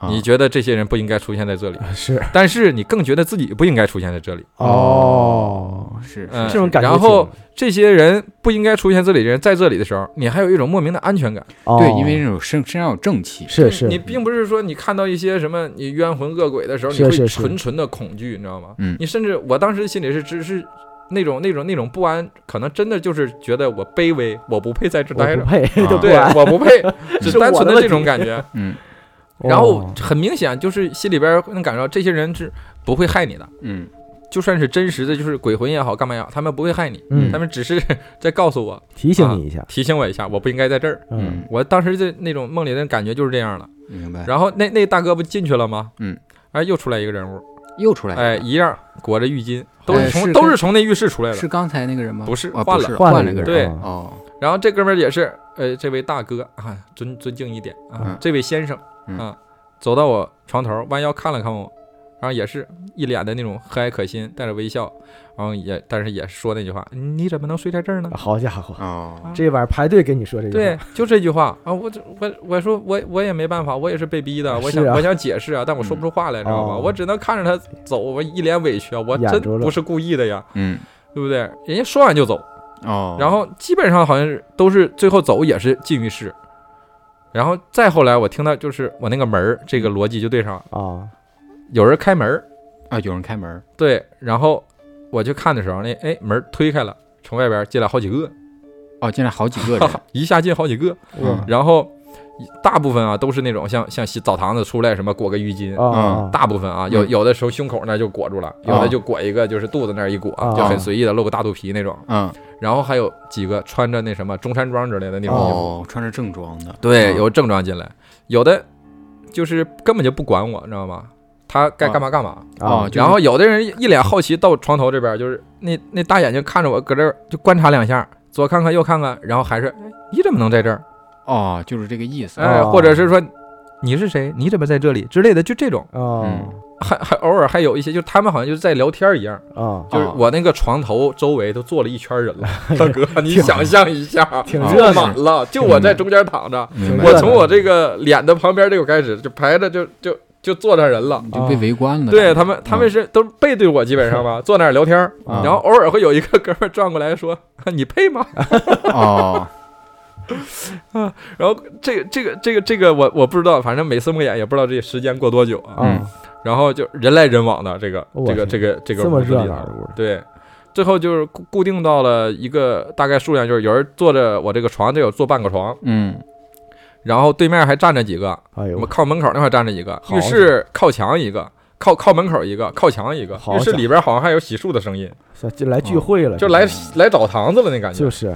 啊你觉得这些人不应该出现在这里，是但是你更觉得自己不应该出现在这里。哦，是嗯这种感觉然挺，后这些人不应该出现这里的人在这里的时候，你还有一种莫名的安全感。哦对，因为那种身身上有正气，是是嗯你并不是说你看到一些什么你冤魂恶鬼的时候，你是是会是纯纯的恐惧，你知道吗？嗯你甚至我当时心里是只是那种那种那种不安，可能真的就是觉得我卑微，我不配在这我待不着，配哦都不对安，，我不 (laughs) 配，是只单我纯的的问这种题感觉。 (laughs) 嗯然后哦很明显就是心里边能感受到这些人是不会害你的，嗯就算是真实的，就是鬼魂也好，干嘛也好，他们不会害你，嗯他们只是 (laughs) 在告诉我，提醒你一下，提醒我一下，我不应该在这儿。嗯我当时的那种梦里的感觉就是这样了。明白，然后那那大哥不进去了吗？哎嗯，哎，又出来一个人物，又出来一个哎，一样裹着浴巾，都哎是从是都跟是从那浴室出来的是。刚才那个人吗？不是啊换不了是换换了一个个对人，啊哦，然后这哥们儿也是，呃，这位大哥啊，尊尊敬一点啊，嗯这位先生嗯啊，走到我床头，弯腰看了看我，然后也是一脸的那种和蔼可亲，带着微笑，然后也但是也说那句话，你怎么能睡在这儿呢？好家伙，哦，这晚上排队跟你说这句对话，，就这句话啊！我这我我说我我也没办法，我也是被逼的。我想、是啊我想解释啊，但我说不出话来，知道吗？哦我只能看着他走，我一脸委屈啊！我眼真着了不是故意的呀，嗯对不对？人家说完就走，哦，然后基本上好像是都是最后走也是进浴室，然后再后来我听到就是我那个门儿嗯这个逻辑就对上了，啊，有人开门儿，啊，有人开门，对，然后我去看的时候，那哎门儿推开了，从外边进来好几个，哦，进来好几个人， (laughs) 一下进好几个，哇然后大部分啊都是那种像像洗澡堂子出来什么裹个浴巾，啊，大部分啊有嗯有的时候胸口那儿就裹住了，有的就裹一个就是肚子那儿一裹，啊就很随意的露个大肚皮那种，嗯，然后还有几个穿着那什么中山装之类的那种衣服，哦，穿着正装的，对，嗯有正装进来，有的就是根本就不管我，你知道吗？他该干嘛干嘛。哦啊，就是然后有的人一脸好奇到床头这边，就是那那大眼睛看着我，搁这儿就观察两下，左看看右看看，然后还是哎你怎么能在这儿？哦，就是这个意思，哎，哦或者是说你是谁？你怎么在这里之类的，就这种， (laughs) 哦嗯还还偶尔还有一些，就是他们好像就是在聊天一样，啊，就是哦我那个床头周围都坐了一圈人 (laughs) 了。大哥，你想象一下，挺啊热坐闹嗯满，了，就我在中间躺着，明白，我从我这个脸的旁边这个开始，就排着就就就坐那儿人了。你就被围观嗯了，哦对他们，他们是都背对我，基本上 (laughs) 吧，坐那儿聊天儿，啊嗯然后偶尔会有一个哥们儿转过来说：“ (laughs) 你配吗 (laughs) 哦，？”然后这个这个这个这个我我不知道，反正每次梦魇也不知道这时间过多久啊。嗯啊，然后就人来人往的这个我这个去这个这个这么屋子热里闹头的，屋，对，最后就是固固定到了一个大概数量，就是有人坐着我这个床，得有坐半个床，嗯，然后对面还站着几个，哎我呦们，靠门口那块站着一个，好浴室靠墙一个，靠靠门口一个，靠墙一个好，浴室家伙哎里边好像还有洗漱的声音，算就来聚会了，就来嗯来澡堂子了那感觉就。是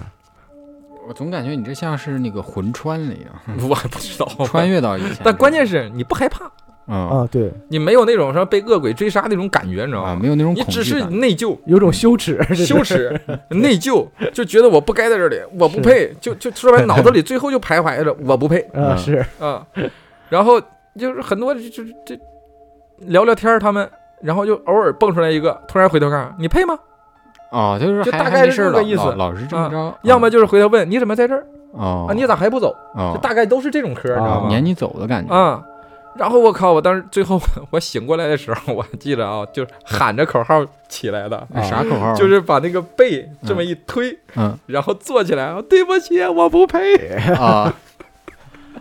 我总感觉你这像是那个魂穿了一样， (laughs) 我不知 (laughs) 道。穿越到以前。哦 (laughs) 但关键是哦你不害怕，啊啊，对，你没有那种说被恶鬼追杀那种感觉，你知道啊，吗？没有那种你恐只惧是感。内疚、有种羞耻，啊这是羞耻、内疚，就觉得我不该在这里，我不配，就就说白，脑子里最后就徘徊着，我不配啊，是啊。然后就是很多就就这聊聊天，儿，他们然后就偶尔蹦出来一个，突然回头看你配吗？哦，就是就还大还概没是事儿这个了，意思嗯老老是这么着。啊要么就是回头问你怎么在这儿哦啊？你咋还不走？就哦大概都是这种嗑儿，你知道啊吗？撵你走的感觉。啊、然后我靠，我当时最后我醒过来的时候，我还记得啊，就是喊着口号起来的，那啥口号啊？就是把那个背这么一推，嗯然后坐起来啊，对不起，我不配，啊，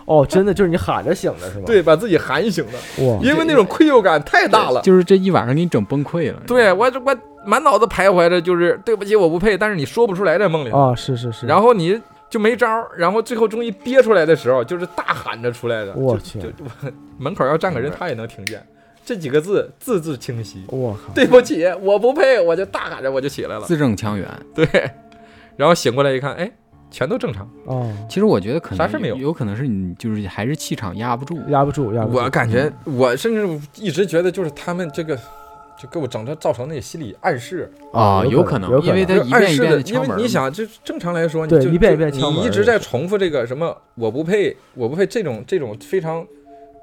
哦，真的就是你喊着醒的是吗？，对，把自己喊醒的，哇，因为那种愧疚感太 (laughs) 大了。就是这一晚上给你整崩溃了。对我这我满脑子徘徊着，就是对不起，我不配，但是你说不出来在梦里，啊，是是是，然后你就没招儿，然后最后终于憋出来的时候，就是大喊着出来的，我就去就我门口要站个人，他也能听见这几个字，字字清晰。我靠，对不起，我不配，我就大喊着我就起来了。字正腔圆。对，然后醒过来一看，哎，全都正常。哦，其实我觉得可能啥事没有有，可能是你就是还是气场压不住。压不住，压不住，我感觉，我甚至一直觉得，就是他们这个，就给我整成造成那个心理暗示，啊，有可有可因为就是他一暗遍一示遍的，的因敲为门，你，想，这正常来说，你对就一遍一遍敲门你一直在重复这个什么“我不配，我不配”这种这种非常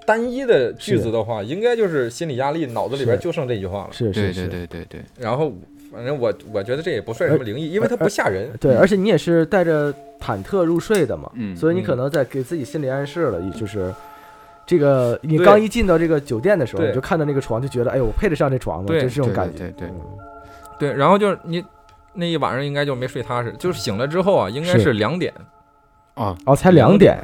单一的句子的话，应该就是心理压力，脑子里边是就剩这句话了。是对是对是。对对对，然后，反正我我觉得这也不算什么哎灵异，因为它不吓人。对，嗯而且你也是带着忐忑入睡的嘛，嗯所以你可能在给自己心理暗示了，也就是这个你刚一进到这个酒店的时候，对你就看到那个床，就觉得哎，我配得上这床吗？对就是这种对感觉，对对对嗯对，然后就是你那一晚上应该就没睡踏实，就是醒了之后啊，应该是是两点，哦，哦，才两点，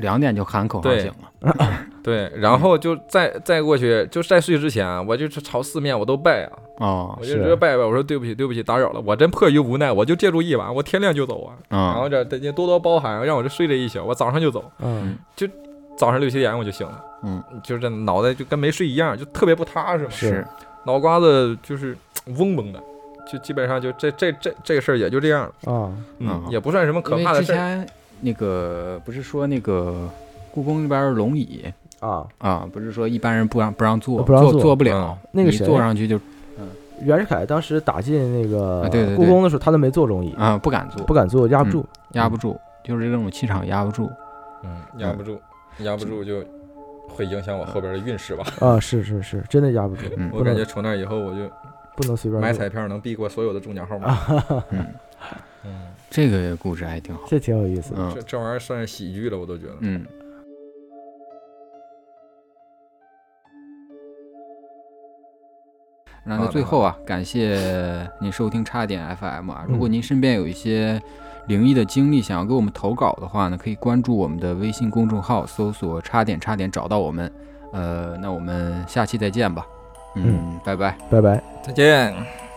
两点就喊口号对醒了。对，然后就再再过去，就是在睡之前啊，我就是朝四面我都拜啊，哦我就是直接拜拜，我说对不起，对不起，打扰了，我真迫于无奈，我就借住一晚，我天亮就走啊，然后啊这得多多包涵，让我这睡这一宿，我早上就走，嗯，早上六七点我就醒了，嗯，就是这脑袋就跟没睡一样，就特别不踏实嘛，是，脑瓜子就是嘖嗡嗡的，就基本上就这这这这个事儿也就这样了，啊，嗯嗯，也不算什么可因怕为的事之儿，前那个不是说那个故宫那边儿龙椅啊，啊，不是说一般人不让不让坐，哦不让坐坐啊不了嗯，那个你谁坐上去就袁世凯当时打进那个啊对对对故宫的时候，他都没坐龙椅，啊嗯不敢坐不，敢嗯坐，压不住。压不住，就是这种气场压不住。嗯，压不住，压不住就会影响我后边的运势吧。啊，是是是，真的压不住，嗯我感觉从那以后我就不能随便买坐彩票能避过所有的中奖号码。啊，嗯，嗯，这个故事还挺好。这挺有意思的。嗯这这玩意儿算是喜剧了，我都觉得。嗯，那在最后啊，感谢您收听差点 FM 啊。如果您身边有一些灵异的经历，想要给我们投稿的话呢，可以关注我们的微信公众号，搜索“差点差点”，找到我们。呃，那我们下期再见吧。嗯，拜拜。拜拜。再见。